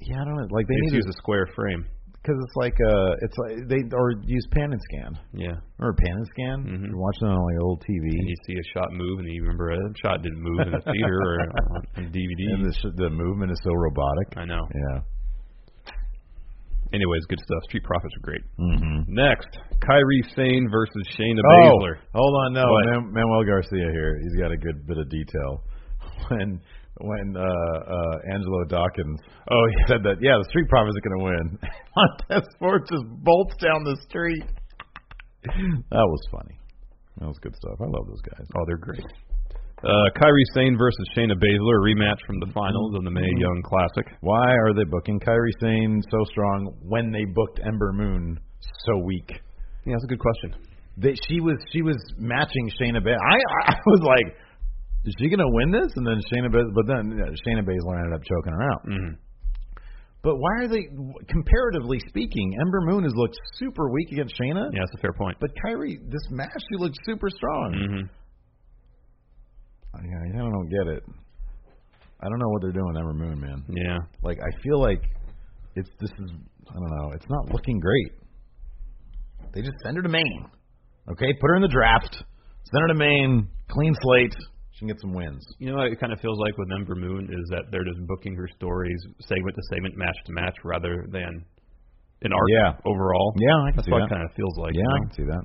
S2: Yeah, I don't know. Like they
S4: They
S2: need to
S4: just used a square frame.
S2: because it's like uh, it's like they or use pan and scan
S4: Yeah.
S2: or pan and scan.
S4: Mhm.
S2: You're watching it on like old TV.
S4: And you see a shot move and you remember a shot didn't move in the theater or
S2: <laughs>
S4: on on
S2: And
S4: DVD.
S2: the sh- the movement is so robotic.
S4: I know.
S2: Yeah.
S4: Anyways, good stuff. Street Profits were great.
S2: Mm-hmm.
S4: Next, Kyrie Sane versus Shayna
S2: Oh,
S4: Baszler.
S2: hold on, no,
S4: What?
S2: Man- Manuel Garcia here. He's got a good bit of detail. <laughs> When when uh, uh, Angelo Dawkins <laughs>
S4: Oh, yeah.
S2: said that, yeah, the street profits are going to win. <laughs> Montez Ford just bolts down the street. <laughs> that was funny. That was good stuff. I love those guys.
S4: Oh, they're great. Uh, Kyrie Sane versus Shayna Baszler, a rematch from the finals of the May Young Classic.
S2: Why are they booking Kyrie Sane so strong when they booked Ember Moon so weak?
S4: Yeah, that's a good question.
S2: That she was she was matching Shayna Baszler. I I was like, is she gonna win this? And then Shayna Baszler, but then uh, Shayna Baszler ended up choking her out.
S4: Mm-hmm.
S2: But why are they comparatively speaking? Ember Moon has looked super weak against Shayna.
S4: Yeah, that's a fair point.
S2: But Kyrie, this match, she looked super strong.
S4: Mm-hmm.
S2: I, I kinda don't get it. I don't know what they're doing with Ember Moon, man.
S4: Yeah.
S2: Like I feel like it's this is I don't know, it's not looking great. They just send her to Maine. Okay, put her in the draft. Center to Maine, clean slate. She can get some wins.
S4: You know what it kind of feels like with Ember Moon is that they're just booking her stories segment to segment, match to match, rather than an arc
S2: Yeah.
S4: overall.
S2: Yeah, I can
S4: That's
S2: see
S4: what
S2: that.
S4: it kind of feels like.
S2: yeah, I
S4: you know?
S2: can see that.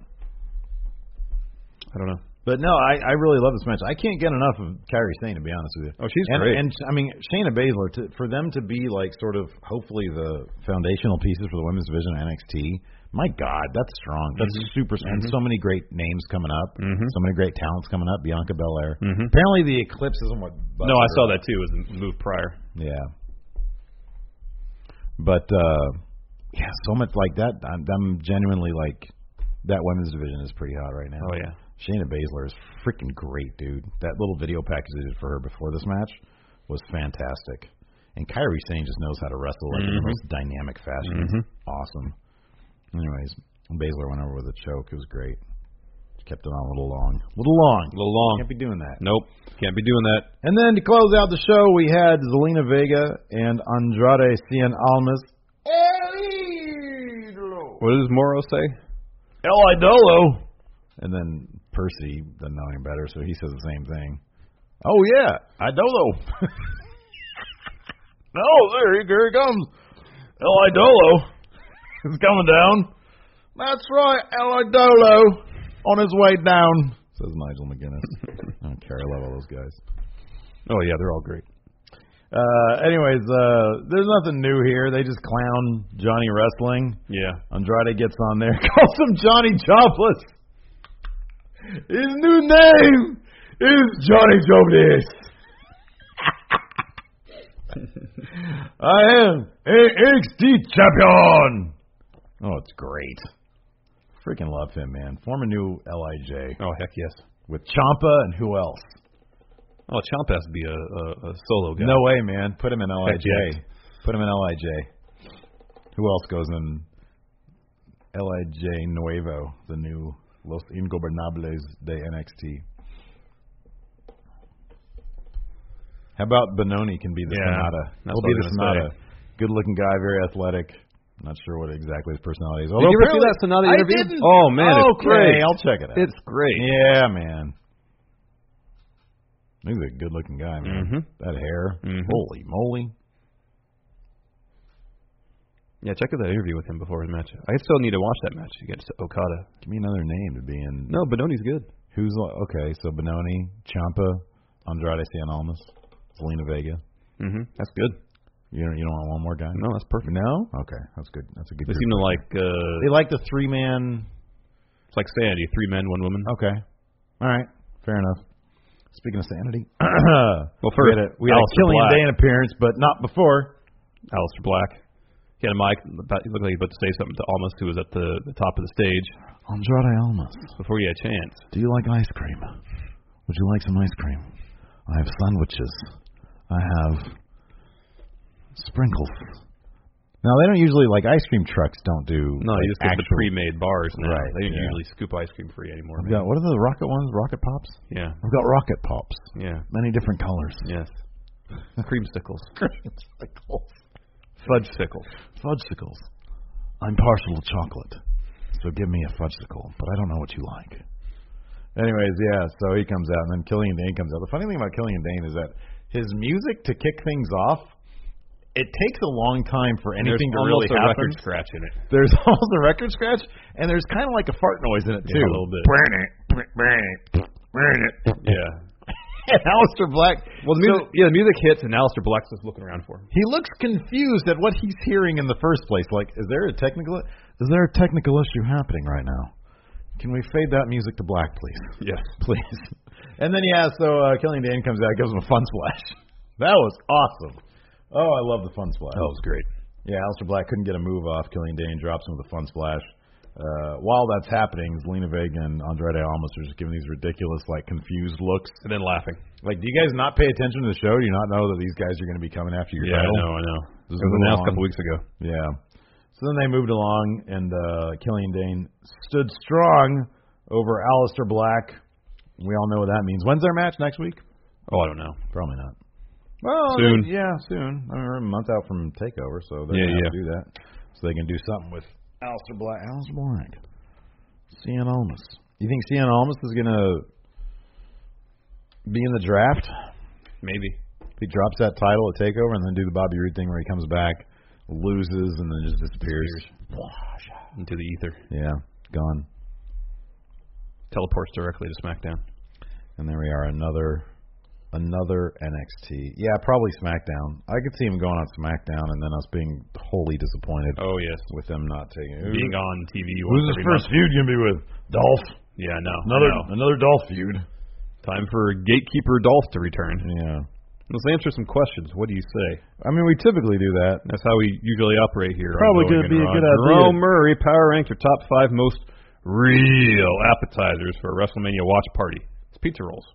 S4: I don't know.
S2: But no, I, I really love this match. I can't get enough of Kyrie Sane to be honest with you.
S4: Oh, she's
S2: and,
S4: great.
S2: And I mean, Shayna Baszler to, for them to be like sort of hopefully the foundational pieces for the women's division at NXT. My God, that's strong. That's super strong. And so many great names coming up. So many great talents coming up. Bianca Belair. Apparently, the eclipse isn't what.
S4: Mm-hmm. no, I saw that too. It was a move prior.
S2: Yeah. But uh yeah, so much like that. I'm, I'm genuinely like that women's division is pretty hot right now.
S4: Oh, yeah.
S2: Shayna Baszler is freaking great, dude. That little video package they did for her before this match was fantastic. And Kyrie Sane just knows how to wrestle like in
S4: Mm-hmm.
S2: the most dynamic fashion. It's awesome. Anyways, Baszler went over with a choke. It was great. Just kept it on a little long. A little long.
S4: A little long.
S2: Can't be doing that.
S4: Nope, can't be doing that.
S2: And then to close out the show, we had Zelina Vega and Andrade Cien Almas.
S4: What does Moro say?
S2: El Idolo. And then Percy doesn't know any better, so he says the same thing. Oh, yeah, Idolo. <laughs> no, there, he- here he comes. El <laughs> Idolo is coming down. That's right, El Idolo on his way down, says Nigel McGuinness. I don't care, I love all those guys.
S4: Oh yeah, they're all great.
S2: Uh, anyways, uh, there's nothing new here. They just clown Johnny Wrestling.
S4: Yeah,
S2: Andrade gets on there, <laughs> calls him Johnny Jobless. His new name is Johnny Jobless. <laughs> I am AXT champion. Oh, it's great. Freaking love him, man. Form a new Lij
S4: Oh heck yes.
S2: with Champa and who else?
S4: Oh, Chomp has to be a, a, a solo guy.
S2: No way, man. Put him in Lij.
S4: yes.
S2: Put him in Lij. Who else goes in Lij Nuevo, the new Los Ingobernables de NXT? How about Benoni can be the
S4: Yeah,
S2: Sonata?
S4: that's
S2: He'll
S4: what
S2: be
S4: I was
S2: the
S4: gonna
S2: Sonata. Good-looking guy, very athletic. Not sure what exactly his personality is.
S4: Did
S2: although
S4: you ever see that
S2: apparently-
S4: Sonata
S2: I
S4: interview?
S2: didn't.
S4: Oh man,
S2: oh,
S4: it's
S2: great.
S4: great.
S2: I'll check it out.
S4: It's great.
S2: yeah, man. He's a good looking guy, man.
S4: Mhm.
S2: That hair.
S4: Mhm.
S2: Holy moly.
S4: Yeah, check out that interview with him before his match. I still need to watch that match against Okada.
S2: Give me another name to be in.
S4: No, Benoni's good.
S2: Who's on- okay? So Benoni, Champa, Andrade San Almas, Selena Vega.
S4: Mm-hmm. That's good.
S2: You don't, you don't want one more guy?
S4: No, that's perfect.
S2: No? Okay, that's good. That's a good.
S4: They
S2: group.
S4: seem to like uh,
S2: They like the three man.
S4: it's like Sandy, three men, one woman.
S2: Okay, all right, fair enough. Speaking of sanity,
S4: Well,
S2: we had
S4: first
S2: a, we had a
S4: Alistair
S2: Killian
S4: Black.
S2: Dane appearance, but not before.
S4: Alistair Black. He had a mic. About, he looked like he was about to say something to Almas, who was at the, the top of the stage
S2: Andrade Almas,
S4: before he had a chance.
S2: do you like ice cream? Would you like some ice cream? I have sandwiches. I have sprinkles. Now they don't usually like ice cream trucks. Don't do
S4: No,
S2: like,
S4: you just get the
S2: actual-
S4: pre-made bars now.
S2: Right,
S4: They don't
S2: yeah.
S4: usually scoop ice cream free anymore.
S2: I've got what are the rocket ones? Rocket pops?
S4: Yeah,
S2: I've got rocket pops.
S4: yeah,
S2: Many different colors.
S4: yes.
S2: <laughs>
S4: Creamsicles,
S2: Creamsicles.
S4: fudge sickles.
S2: Fudgesicles. I'm partial to chocolate, so give me a fudgesicle, but I don't know what you like. Anyways, yeah, so he comes out, and then Killian Dane comes out. The funny thing about Killian Dane is that his music to kick things off, it takes a long time for
S4: There's
S2: anything to really
S4: almost a
S2: happen.
S4: record scratch in it.
S2: There's <laughs> almost a record scratch, and there's kind of like a fart noise in it too.
S4: Yeah, a
S2: <laughs>
S4: little bit. Yeah.
S2: And Alistair Black.
S4: Well, the music, yeah, the music hits, and Alistair Black's just looking around for him.
S2: He looks confused at what he's hearing in the first place. Like, is there a technical is there a technical issue happening right now? Can we fade that music to black, please? <laughs>
S4: Yes.
S2: Please. And then yeah, so uh, Killing Dane comes out, gives him a fun splash. <laughs> That was awesome. Oh, I love the fun splash.
S4: That was great.
S2: Yeah, Alistair Black couldn't get a move off. Killian Dane drops him with a fun splash. Uh, while that's happening, Zelina Vega and Andrade Almas are just giving these ridiculous, like, confused looks.
S4: And then laughing.
S2: Like, do you guys not pay attention to the show? Do you not know that these guys are going to be coming after your
S4: Yeah, I
S2: title?
S4: know, I know.
S2: This
S4: It
S2: is
S4: was
S2: the long-
S4: announced a couple weeks ago.
S2: Yeah. So then they moved along, and uh, Killian Dane stood strong over Alistair Black. We all know what that means. When's their match next week?
S4: Oh, I don't know.
S2: Probably not. Well,
S4: Soon.
S2: yeah, soon. I mean, we're a month out from Takeover, so they're
S4: Yeah,
S2: gonna have
S4: yeah.
S2: to do that. So they can do something with Alistair Black. Alistair Black. Cian Almas. You think Cian Almas is gonna be in the draft?
S4: Maybe.
S2: If he drops that title at Takeover and then do the Bobby Roode thing where he comes back, loses, and then just disappears.
S4: Into the ether.
S2: Yeah, gone.
S4: Teleports directly to SmackDown.
S2: And there we are, another another NXT. Yeah, probably SmackDown. I could see him going on SmackDown and then us being wholly disappointed
S4: Oh, yes.
S2: with them not taking it.
S4: Being on TV.
S2: Who's
S4: once
S2: this
S4: every
S2: first
S4: month.
S2: feud gonna be with? Dolph.
S4: Yeah, no.
S2: Another
S4: no.
S2: another Dolph feud.
S4: Time for Gatekeeper Dolph to return.
S2: Yeah.
S4: Let's answer some questions. What do you say?
S2: I mean, we typically do that.
S4: That's how we usually operate here. on
S2: Probably
S4: Going
S2: gonna be a
S4: In Raw.
S2: good idea.
S4: Jerome Murray, power ranked your top five most real appetizers for a WrestleMania watch party. It's pizza rolls.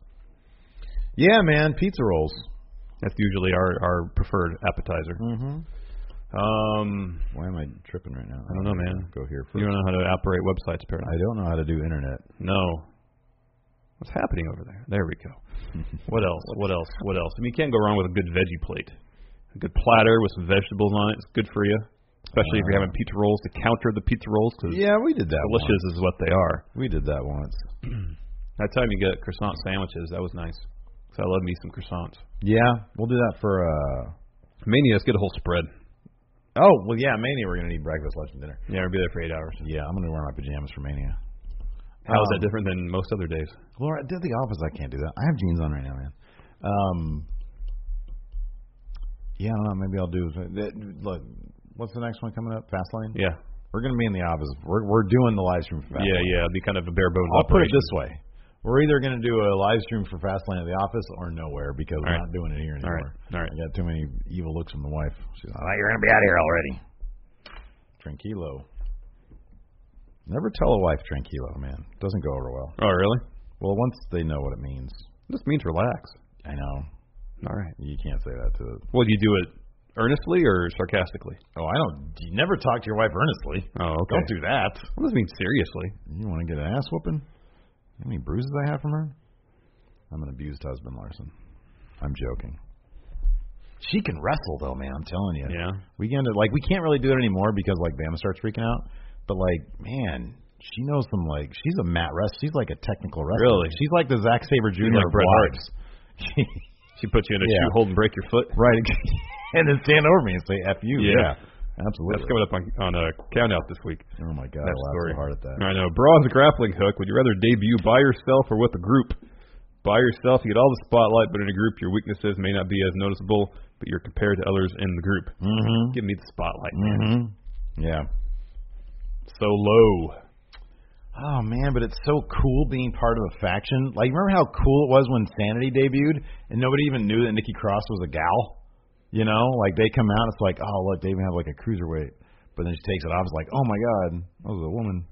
S2: Yeah, man, pizza rolls.
S4: That's usually our, our preferred appetizer.
S2: Mm-hmm.
S4: Um,
S2: Why am I tripping right now? I
S4: don't know, man.
S2: Go here
S4: you
S2: first.
S4: don't know how to operate websites, apparently.
S2: I don't know how to do internet.
S4: No. What's happening over there? There we <laughs> go. what else? What else? What else? I mean, you can't go wrong with a good veggie plate. A good platter with some vegetables on it. It's good for you, especially if you're having pizza rolls to counter the pizza rolls because
S2: Yeah, we did that.
S4: delicious is what they are.
S2: Once. We did that once.
S4: That time you get croissant sandwiches, that was nice. Cause I love me some croissants.
S2: Yeah, we'll do that for. uh
S4: Mania, let's get a whole spread.
S2: Oh well, yeah, Mania. We're gonna need breakfast, lunch, and dinner.
S4: Yeah, we'll be there for eight hours.
S2: Yeah, I'm gonna wear my pajamas for Mania.
S4: How is
S2: Um,
S4: that different than most other days?
S2: Laura, did the office? I can't do that. I have jeans on right now, man. Um. Yeah, I don't know. Maybe I'll do. that- Look, what's the next one coming up? Fastlane.
S4: Yeah,
S2: We're gonna be in the office. We're we're doing the live stream for Fastlane.
S4: yeah, yeah. It'd be kind of a bare bones.
S2: I'll put it
S4: operation.
S2: this way: we're either going to do a live stream for Fastlane at the office or nowhere because we're
S4: All right.
S2: not doing it here
S4: All
S2: anymore.
S4: right, all right.
S2: I got too many evil looks from the wife. She's like, "Oh, "You're going to be out of here already." Tranquilo. Never tell a wife tranquilo, man. Doesn't go over well.
S4: Oh, really?
S2: Well, once they know what it means,
S4: This means relax.
S2: I know
S4: All right.
S2: you can't say that to.
S4: Well, do you do it earnestly or sarcastically?
S2: Oh, I don't. You never talk to your wife earnestly.
S4: Oh, okay.
S2: Don't do that.
S4: What does it mean seriously?
S2: You want to get an ass whooping? How many bruises I have from her? I'm an abused husband, Larson. I'm joking. She can wrestle though, man. I'm telling you.
S4: Yeah.
S2: We can like we can't really do it anymore because like Bama starts freaking out. But like, man, she knows some like she's a mat wrestler. She's like a technical wrestler.
S4: Really?
S2: She's like the Zack Saber Jr.
S4: like
S2: of
S4: Bret Hart.
S2: wives.
S4: She puts you in a
S2: Yeah.
S4: shoe hold and break your foot.
S2: <laughs> right. <laughs> and then stand over me and say "f you."
S4: Yeah.
S2: Absolutely.
S4: That's coming up on on a count out this week.
S2: Oh my god, I
S4: That
S2: laughed
S4: story.
S2: so hard at that.
S4: I know. Bronze grappling hook. Would you rather debut by yourself or with a group? By yourself, you get all the spotlight, but in a group, your weaknesses may not be as noticeable, but you're compared to others in the group.
S2: Mm-hmm.
S4: Give me the spotlight, man.
S2: Mm-hmm. Yeah.
S4: So low.
S2: Oh man, but it's so cool being part of a faction. Like remember how cool it was when Sanity debuted and nobody even knew that Nikki Cross was a gal? You know? Like they come out, it's like, oh look, they even have like a cruiserweight. But then she takes it off, it's like, oh my god, that was a woman.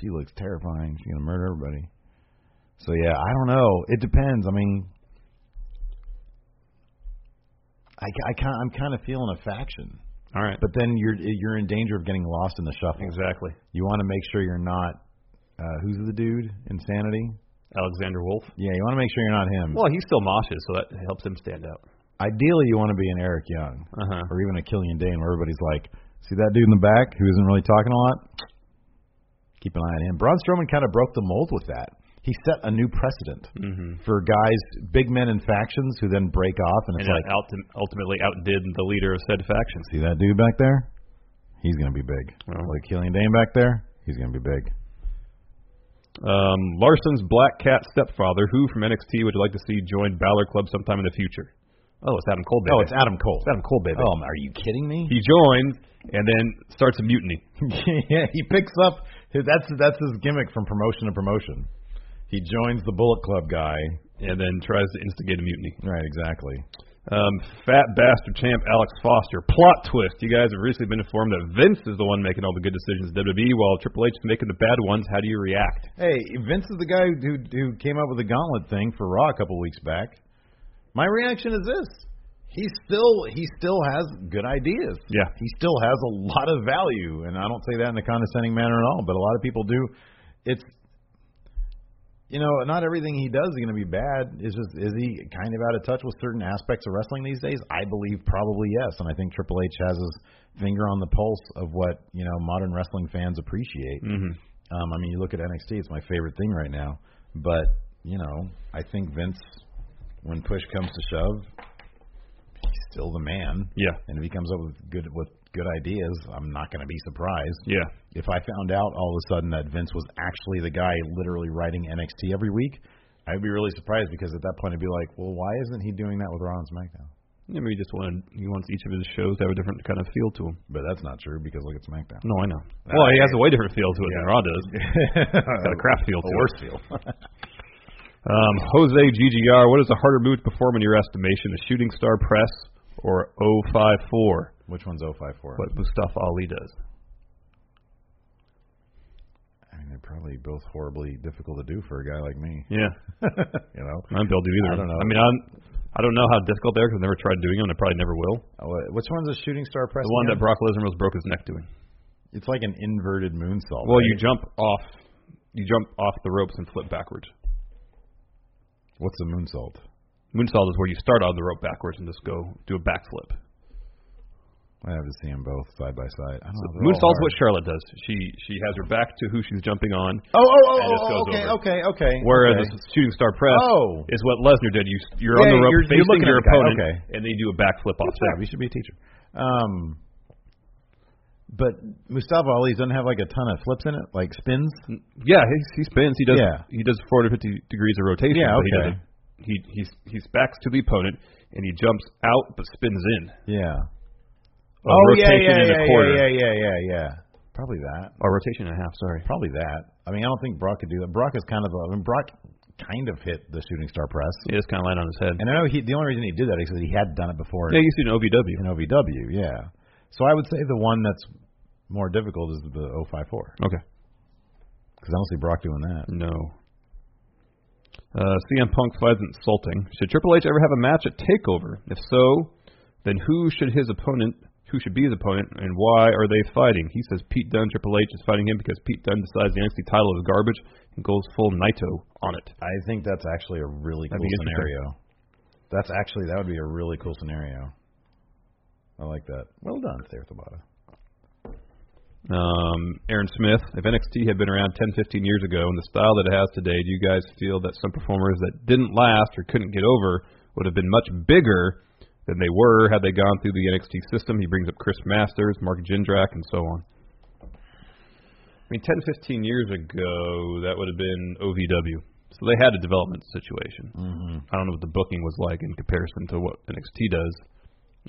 S2: She looks terrifying. She's gonna murder everybody. So yeah, I don't know. It depends. I mean I, I kind I'm kind of feeling a faction,
S4: All right.
S2: but then you're you're in danger of getting lost in the shuffle.
S4: Exactly.
S2: You want to make sure you're not uh who's the dude? Insanity?
S4: Alexander Wolf.
S2: Yeah, you want to make sure you're not him.
S4: Well, he still moshes, so that helps him stand out.
S2: Ideally you want to be an Eric Young
S4: Uh huh.
S2: or even a Killian Dane where everybody's like, see that dude in the back who isn't really talking a lot? Keep an eye on him. Braun Strowman kind of broke the mold with that. He set a new precedent
S4: Mm-hmm.
S2: for guys, big men in factions who then break off and
S4: And
S2: it's like,
S4: ulti- ultimately outdid the leader of said faction.
S2: see that dude back there? He's going to be big.
S4: Well.
S2: Like Killian Dane back there? He's going to be big.
S4: Um, Larson's black cat stepfather, who from NXT would you like to see join Balor Club sometime in the future? Oh, it's Adam Cole, baby.
S2: Oh, it's Adam Cole.
S4: Adam Cole, baby.
S2: Oh, are you kidding me?
S4: He joins and then starts a mutiny.
S2: <laughs> yeah, he picks up. His, that's that's his gimmick from promotion to promotion. He joins the Bullet Club guy.
S4: And then tries to instigate a mutiny.
S2: Right, exactly.
S4: Um, fat bastard champ Alex Foster. Plot twist. You guys have recently been informed that Vince is the one making all the good decisions in WWE while Triple H is making the bad ones. How do you react?
S2: Hey, Vince is the guy who who came up with the gauntlet thing for Raw a couple weeks back. My reaction is this: he still he still has good ideas.
S4: Yeah.
S2: he still has a lot of value, and I don't say that in a condescending manner at all. But a lot of people do. It's you know, not everything he does is going to be bad. It's just is he kind of out of touch with certain aspects of wrestling these days? I believe probably yes, and I think Triple H has his finger on the pulse of what you know modern wrestling fans appreciate.
S4: Mm-hmm.
S2: Um, I mean, you look at NXT; it's my favorite thing right now. But you know, I think Vince, when push comes to shove, he's still the man.
S4: Yeah.
S2: And if he comes up with good with good ideas, I'm not going to be surprised.
S4: Yeah.
S2: If I found out all of a sudden that Vince was actually the guy literally writing NXT every week, I'd be really surprised because at that point I'd be like, well, why isn't he doing that with Raw and SmackDown?
S4: Yeah, maybe he just wanted he wants each of his shows to have a different kind of feel to him.
S2: But that's not true because look at SmackDown.
S4: No, I know. Well, he has a way different feel to it than Raw <laughs> does.
S2: Got
S4: Got a crap feel
S2: A
S4: to it.
S2: worse feel.
S4: <laughs> Um, Jose GGR, what is a harder move to perform in your estimation, the shooting star press or 054,
S2: Which one's 054?
S4: what Mustafa Ali does?
S2: I mean, they're probably both horribly difficult to do for a guy like me.
S4: <laughs> Yeah,
S2: you know,
S4: I'm able to do
S2: I
S4: either.
S2: don't know.
S4: I mean, I'm, I don't know how difficult they are because I've never tried doing it. and I probably never will.
S2: Oh, uh, which one's a shooting star press?
S4: The one that
S2: again?
S4: Brock Lesnar almost broke his neck doing.
S2: it's like an inverted moonsault.
S4: Well,
S2: right?
S4: you jump off, you jump off the ropes and flip backwards.
S2: what's a moonsault?
S4: Moonsault is where you start on the rope backwards and just go do a backflip.
S2: I have to see them both side by side. I don't know. they're all
S4: Moonsault's what
S2: hard.
S4: Charlotte does. She she has her back to who she's jumping on,
S2: Oh, oh, oh,
S4: and it just
S2: oh,
S4: goes
S2: okay,
S4: over.
S2: okay, okay.
S4: Whereas
S2: okay.
S4: the shooting star press
S2: Oh.
S4: is what Lesnar did. You you're on
S2: Yeah,
S4: the rope
S2: you're- you're
S4: facing
S2: looking at
S4: your
S2: the guy,
S4: opponent,
S2: okay.
S4: and then you do a backflip off
S2: Good job.
S4: that.
S2: You should be a teacher. Um, but Mustafa Ali doesn't have like a ton of flips in it, like spins.
S4: Yeah, he, he spins. He does.
S2: Yeah.
S4: He does 40 to 50 degrees of rotation.
S2: Yeah,
S4: but
S2: okay.
S4: He does it- he he he backs to the opponent and he jumps out but spins in.
S2: Yeah.
S4: A rotation and a quarter.
S2: Oh, yeah, yeah, yeah, yeah. Probably that.
S4: Or rotation and a half. Sorry.
S2: Probably that. I mean, I don't think Brock could do that. Brock is kind of. a- I mean, Brock kind of hit the shooting star press,
S4: He just kind of landed on his head.
S2: and I know he. The only reason he did that is because he had done it before
S4: yeah, he used to do an OVW.
S2: in OVW. Yeah. So I would say the one that's more difficult is the 054
S4: Okay.
S2: because I don't see Brock doing that.
S4: No. Uh, CM Punk finds it insulting. Should Triple H ever have a match at Takeover? If so, then who should his opponent? Who should be his opponent, and why are they fighting? He says Pete Dunne, Triple H is fighting him because Pete Dunne decides the NXT title is garbage and goes full Naito on it.
S2: I think that's actually a really
S4: That'd
S2: cool
S4: be interesting.
S2: scenario. That's actually that would be a really cool scenario. I like that. Well done, Sarah Tabata.
S4: Um, Aaron Smith, if NXT had been around 10, 15 years ago in the style that it has today, do you guys feel that some performers that didn't last or couldn't get over would have been much bigger than they were had they gone through the NXT system? He brings up Chris Masters, Mark Jindrak, and so on. I mean, 10, 15 years ago, that would have been OVW. So they had a development situation. Mm-hmm. I don't know what the booking was like in comparison to what NXT does.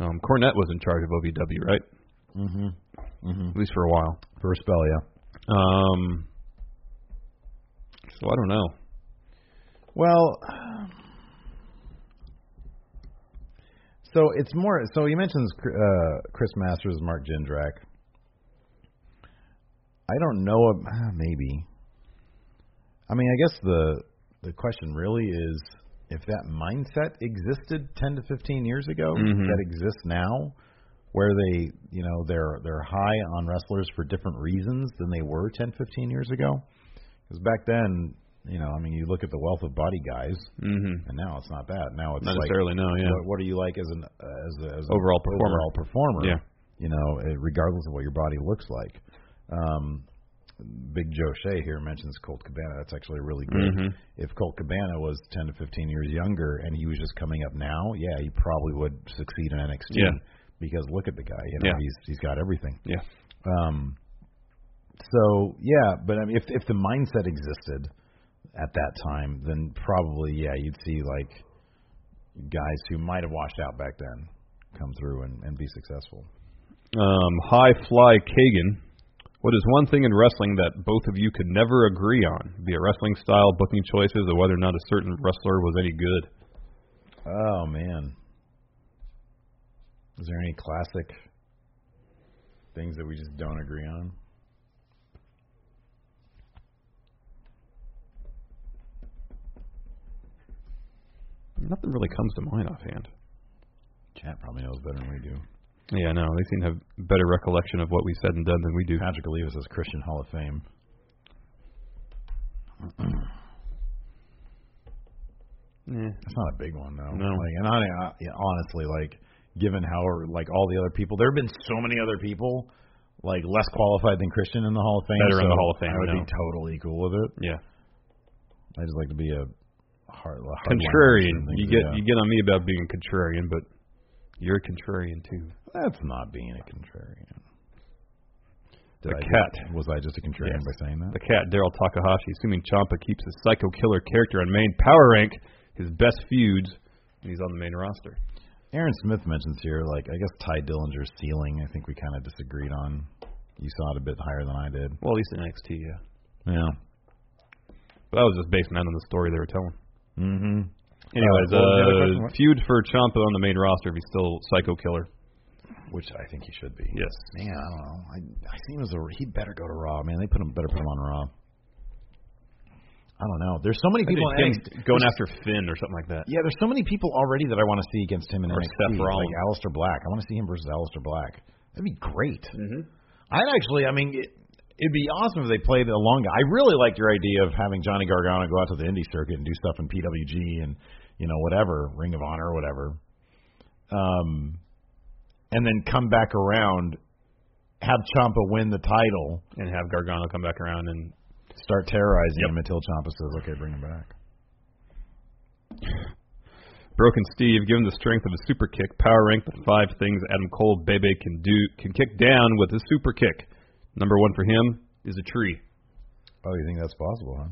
S4: Um, Cornette was in charge of OVW, right? Mm-hmm. At least for a while.
S2: For a spell, yeah.
S4: Um. So I don't know.
S2: Well, so it's more. So you mentioned uh, Chris Masters, Mark Jindrak. I don't know. ab- ah, Maybe. I mean, I guess the the question really is if that mindset existed 10 to 15 years ago
S4: Mhm.
S2: that exists now, where they you know they're they're high on wrestlers for different reasons than they were 10, 15 years ago. Because back then, you know, I mean, you look at the wealth of body guys,
S4: Mm-hmm.
S2: and now it's not that. Now it's
S4: Not
S2: like,
S4: necessarily. No. Yeah.
S2: what, what are you like as an as, a, as an
S4: Overall performer.
S2: Overall performer.
S4: Yeah.
S2: You know, eh, regardless of what your body looks like. Um, Big Joe Shea here mentions Colt Cabana. That's actually really good.
S4: Mhm.
S2: If Colt Cabana was 10 to 15 years younger and he was just coming up now, yeah, he probably would succeed in NXT.
S4: Yeah.
S2: Because look at the guy. You know,
S4: Yeah.
S2: he's he's got everything.
S4: Yeah.
S2: Um, so yeah, but I mean, if if the mindset existed at that time, then probably yeah, you'd see like guys who might have washed out back then come through and, and be successful.
S4: Um. High fly Kagan. What is one thing in wrestling that both of you could never agree on, be it wrestling style, booking choices, or whether or not a certain wrestler was any good?
S2: Oh man, is there any classic things that we just don't agree on?
S4: Nothing really comes to mind offhand.
S2: Chat probably knows better than we do.
S4: Yeah, no, they seem to have better recollection of what we said and done than we do.
S2: Patrick Olivas is Christian Hall of Fame.
S4: Yeah.
S2: That's not a big one though.
S4: No.
S2: Like, and I, I yeah, honestly, like, given how like all the other people, there have been so many other people like less qualified than Christian in the Hall of Fame.
S4: Better
S2: so
S4: in the Hall of Fame,
S2: I would
S4: no.
S2: be totally cool with it.
S4: Yeah.
S2: I just like to be a hard, hard
S4: Contrarian.
S2: liner and
S4: You
S2: things,
S4: get
S2: yeah.
S4: you get on me about being a contrarian, but you're a contrarian too.
S2: That's not being a contrarian.
S4: The
S2: I
S4: cat.
S2: just- was I just a contrarian
S4: Yes.
S2: by saying that?
S4: The cat, Daryl Takahashi, assuming Champa keeps his psycho killer character on main power rank, his best feuds, and he's on the main roster.
S2: Aaron Smith mentions here, like I guess Ty Dillinger's ceiling. I think we kind of disagreed on. You saw it a bit higher than I did.
S4: Well, at least in NXT, yeah.
S2: Yeah.
S4: But that was just based on the story they were telling.
S2: Mm-hmm.
S4: Anyways,
S2: Uh, what was the other question?
S4: uh,
S2: What?
S4: feud for Champa on the main roster if he's still psycho killer.
S2: Which I think he should be.
S4: Yes.
S2: Man, I don't know. I I see him as a he'd better go to Raw. Man, they put him better put him on Raw. I don't know. There's so many people in NXT.
S4: <laughs> going after Finn or something like that.
S2: Yeah, there's so many people already that I want to see against him in
S4: Or
S2: NXT.
S4: Seth Rollins.
S2: Like Aleister Black. I want to see him versus Aleister Black. That'd be great. Mm-hmm. I'd actually, I mean, it, it'd be awesome if they played along. I really like your idea of having Johnny Gargano go out to the indie circuit and do stuff in PWG and, you know, whatever, Ring of Honor or whatever. Um, and then come back around, have Champa win the title,
S4: And have Gargano come back around and
S2: start terrorizing him until Champa says, okay, bring him back.
S4: Broken Steve, given the strength of a super kick, power rank the five things Adam Cole Bebe can do can kick down with a super kick. Number one for him is a tree.
S2: Oh, you think that's possible, huh?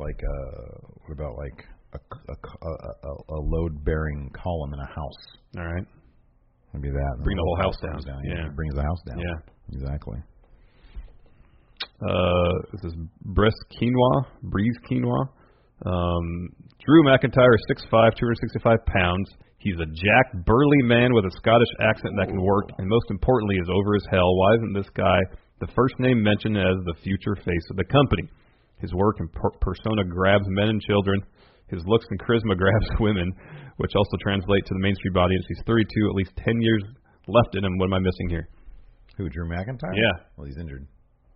S2: Like, uh, what about like a a, a, a load bearing column in a house?
S4: All right.
S2: Maybe that.
S4: Bring the whole house
S2: comes
S4: down.
S2: Yeah,
S4: Yeah.
S2: brings the house down.
S4: Yeah.
S2: exactly.
S4: Uh, this is breast quinoa, breeze quinoa. Um, Drew McIntyre, 6'5", 265 pounds. He's a jack burly man with a Scottish accent that can work, and most importantly, is over as hell. Why isn't this guy the first name mentioned as the future face of the company? His work and per- persona grabs men and children. His looks and charisma <laughs> grabs women, which also translate to the mainstream audience. He's 32, at least 10 years left in him. What am I missing here?
S2: Who Drew McIntyre?
S4: Yeah.
S2: Well, he's injured.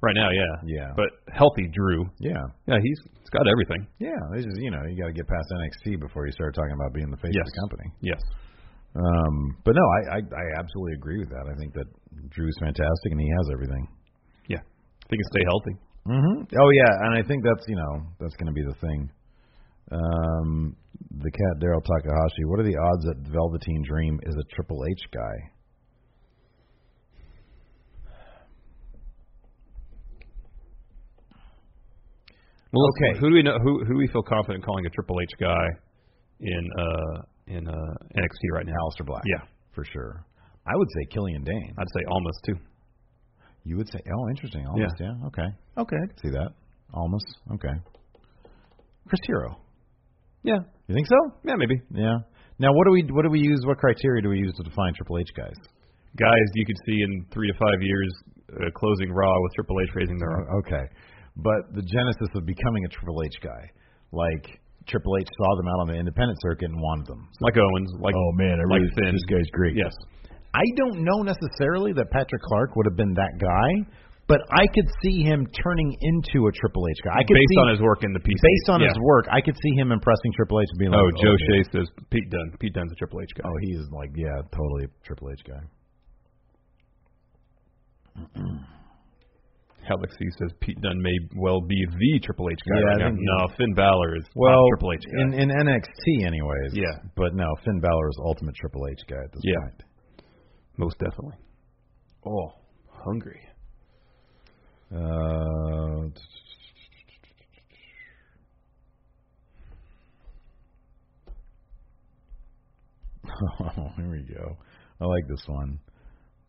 S4: Right now, yeah.
S2: Yeah.
S4: But healthy Drew.
S2: Yeah,
S4: Yeah, he's, he's got everything.
S2: yeah. This is you know you got to get past NXT before you start talking about being the face of
S4: Yes.
S2: the company.
S4: Yes.
S2: Um, but no, I, I I absolutely agree with that. I think that Drew's fantastic and he has everything.
S4: Yeah. If he can stay healthy.
S2: hmm Oh yeah, and I think that's you know that's going to be the thing. Um, the cat Daryl Takahashi. What are the odds that Velveteen Dream is a Triple H guy?
S4: Well,
S2: Okay.
S4: Who do we know? Who who do we feel confident calling a Triple H guy in uh in uh NXT right now?
S2: Alistair Black.
S4: Yeah.
S2: for sure. I would say Killian Dane.
S4: I'd say almost too.
S2: You would say, oh, interesting, almost, yeah, okay, okay, I can see that, almost, okay. Chris Hero.
S4: Yeah.
S2: You think so?
S4: Yeah, maybe
S2: Yeah. Now, what do we what do we use? What criteria do we use to define Triple H guys?
S4: guys you could see in three to five years uh, closing Raw with Triple H raising their arm.
S2: Uh, Okay. But the genesis of becoming a Triple H guy, like Triple H saw them out on the independent circuit and wanted them.
S4: Like Owens, like
S2: man,
S4: like Finn.
S2: guy's great.
S4: Yes.
S2: I don't know necessarily that Patrick Clark would have been that guy, but I could see him turning into a Triple H guy. I could
S4: based
S2: see,
S4: on his work in the PC.
S2: based on
S4: yeah.
S2: his work, I could see him impressing Triple H and being
S4: Oh,
S2: like,
S4: Joe
S2: man.
S4: Shea says Pete Dunne. Pete Dunne's a Triple H guy.
S2: Oh, he is like yeah, totally a Triple H guy.
S4: <clears throat> Alex E says Pete Dunne may well be the Triple H guy
S2: Yeah,
S4: right
S2: I
S4: now.
S2: think-
S4: no, Finn Balor is top
S2: Well,
S4: Triple H guy.
S2: in in NXT anyways.
S4: Yeah.
S2: but no, Finn Balor is ultimate Triple H guy at this
S4: Yeah.
S2: point.
S4: Most definitely. Oh, hungry.
S2: Uh, <laughs> oh, here we go. I like this one.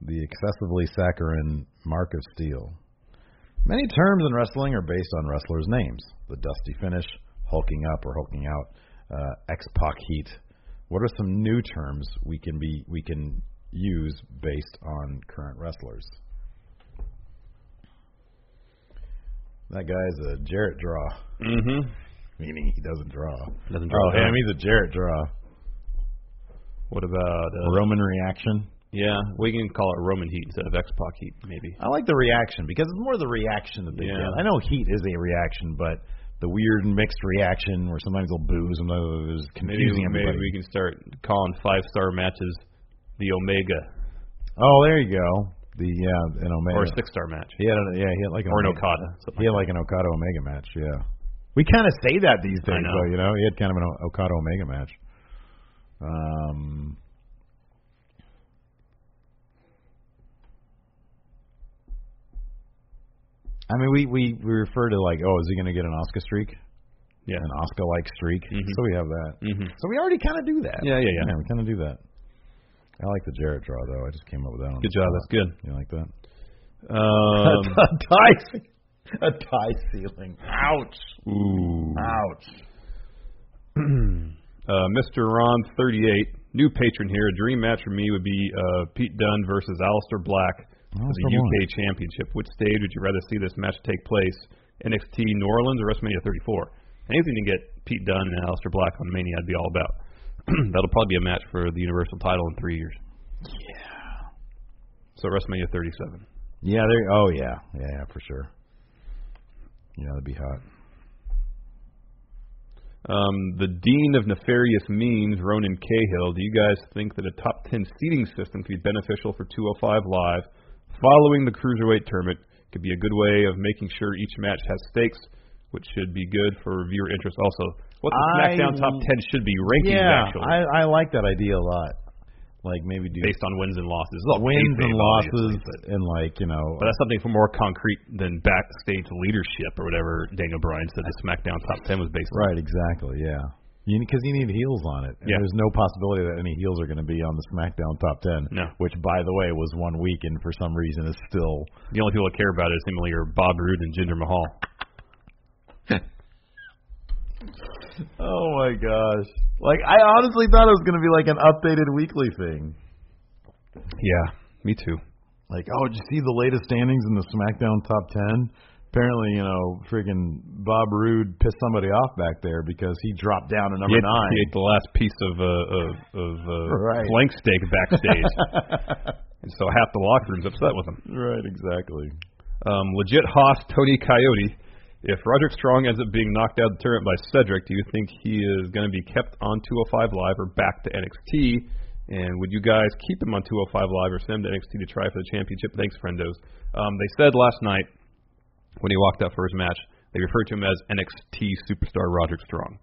S2: The excessively saccharine mark of steel. Many terms in wrestling are based on wrestlers' names. The dusty finish, hulking up or hulking out, uh, X Pac heat. What are some new terms we can be we can use based on current wrestlers? That guy's a Jarrett draw,
S4: Mm-hmm.
S2: meaning he doesn't draw.
S4: Doesn't
S2: Oh,
S4: draw.
S2: him, he's a Jarrett draw.
S4: What about uh,
S2: Roman reaction.
S4: yeah? We can call it Roman Heat instead of X Pac Heat, maybe.
S2: I like the reaction because it's more the reaction that they
S4: Yeah.
S2: get. I know heat is a reaction, but the weird mixed reaction where sometimes they'll boo, sometimes it's
S4: Maybe
S2: confusing
S4: maybe
S2: everybody.
S4: we can start calling five star matches the Omega.
S2: Oh, there you go. The yeah, an Omega.
S4: or a six star match,
S2: He had a, yeah, he had like an
S4: or an
S2: Omega-
S4: Okada. something
S2: He had like an Okada Omega match. Yeah. We kind of say that these
S4: I
S2: days,
S4: know.
S2: though. You know, he had kind of an O- Okada Omega match. Um. I mean, we, we, we refer to like, oh, is he going to get an Oscar streak,
S4: like- Yeah.
S2: an Oscar like streak?
S4: Mhm.
S2: So we have that.
S4: Mm-hmm.
S2: So we already kind of do that.
S4: Yeah, yeah, yeah.
S2: we kind of do that. I like the Jarrett draw though. I just came up with that. one.
S4: Good job. That's good.
S2: You like that?
S4: Um,
S2: <laughs> a tie, ce- a tie ceiling. Ouch!
S4: ooh.
S2: Ouch!
S4: Uh, Mr. Ron 38, new patron here. A dream match for me would be uh, Pete Dunne versus Alistair Black for the
S2: Alistair
S4: UK Championship. Which stage would you rather see this match take place? NXT New Orleans or WrestleMania 34? Anything to get Pete Dunne and Alistair Black on Mania, I'd be all about. <clears throat> That'll probably be a match for the Universal title in three years. Yeah. So WrestleMania 37.
S2: Yeah, there. Oh yeah, yeah, yeah, for sure. Yeah, that'd be hot.
S4: Um, the dean of nefarious means, Ronan Cahill. Do you guys think that a top 10 seating system could be beneficial for 205 Live following the cruiserweight tournament? Could be a good way of making sure each match has stakes, which should be good for viewer interest. Also, what the
S2: I-
S4: SmackDown top 10 should be rankings
S2: yeah,
S4: actually,
S2: I I like that idea a lot. Like maybe do
S4: based on wins and losses. It's all
S2: wins and
S4: kayfabe,
S2: losses
S4: obviously, but,
S2: and like you know.
S4: but that's something for more concrete than backstage leadership or whatever Daniel Bryan said the SmackDown top 10 was based on.
S2: right, exactly. Yeah, you because you need heels on it. And
S4: Yeah.
S2: There's no possibility that any heels are going to be on the SmackDown top ten.
S4: No.
S2: Which, by the way, was one week and for some reason is still.
S4: The only people that care about it seemingly are Bob Roode and Jinder Mahal.
S2: Oh my gosh! Like I honestly thought it was going to be like an updated weekly thing.
S4: Yeah, me too.
S2: Like, oh, did you see the latest standings in the SmackDown top ten? Apparently, you know, friggin' Bob Roode pissed somebody off back there because he dropped down to
S4: He
S2: number
S4: ate,
S2: nine.
S4: he ate the last piece of uh, of, of uh,
S2: Right.
S4: flank steak
S2: <laughs>
S4: backstage, and so half the locker room's upset with him.
S2: Right, exactly.
S4: Um, legit Haas, Tony Coyote. If Roderick Strong ends up being knocked out of the tournament by Cedric, do you think he is going to be kept on 205 Live or back to NXT? And would you guys keep him on 205 Live or send him to NXT to try for the championship? Thanks, friendos. Um, they said last night when he walked out for his match, they referred to him as NXT superstar Roderick Strong.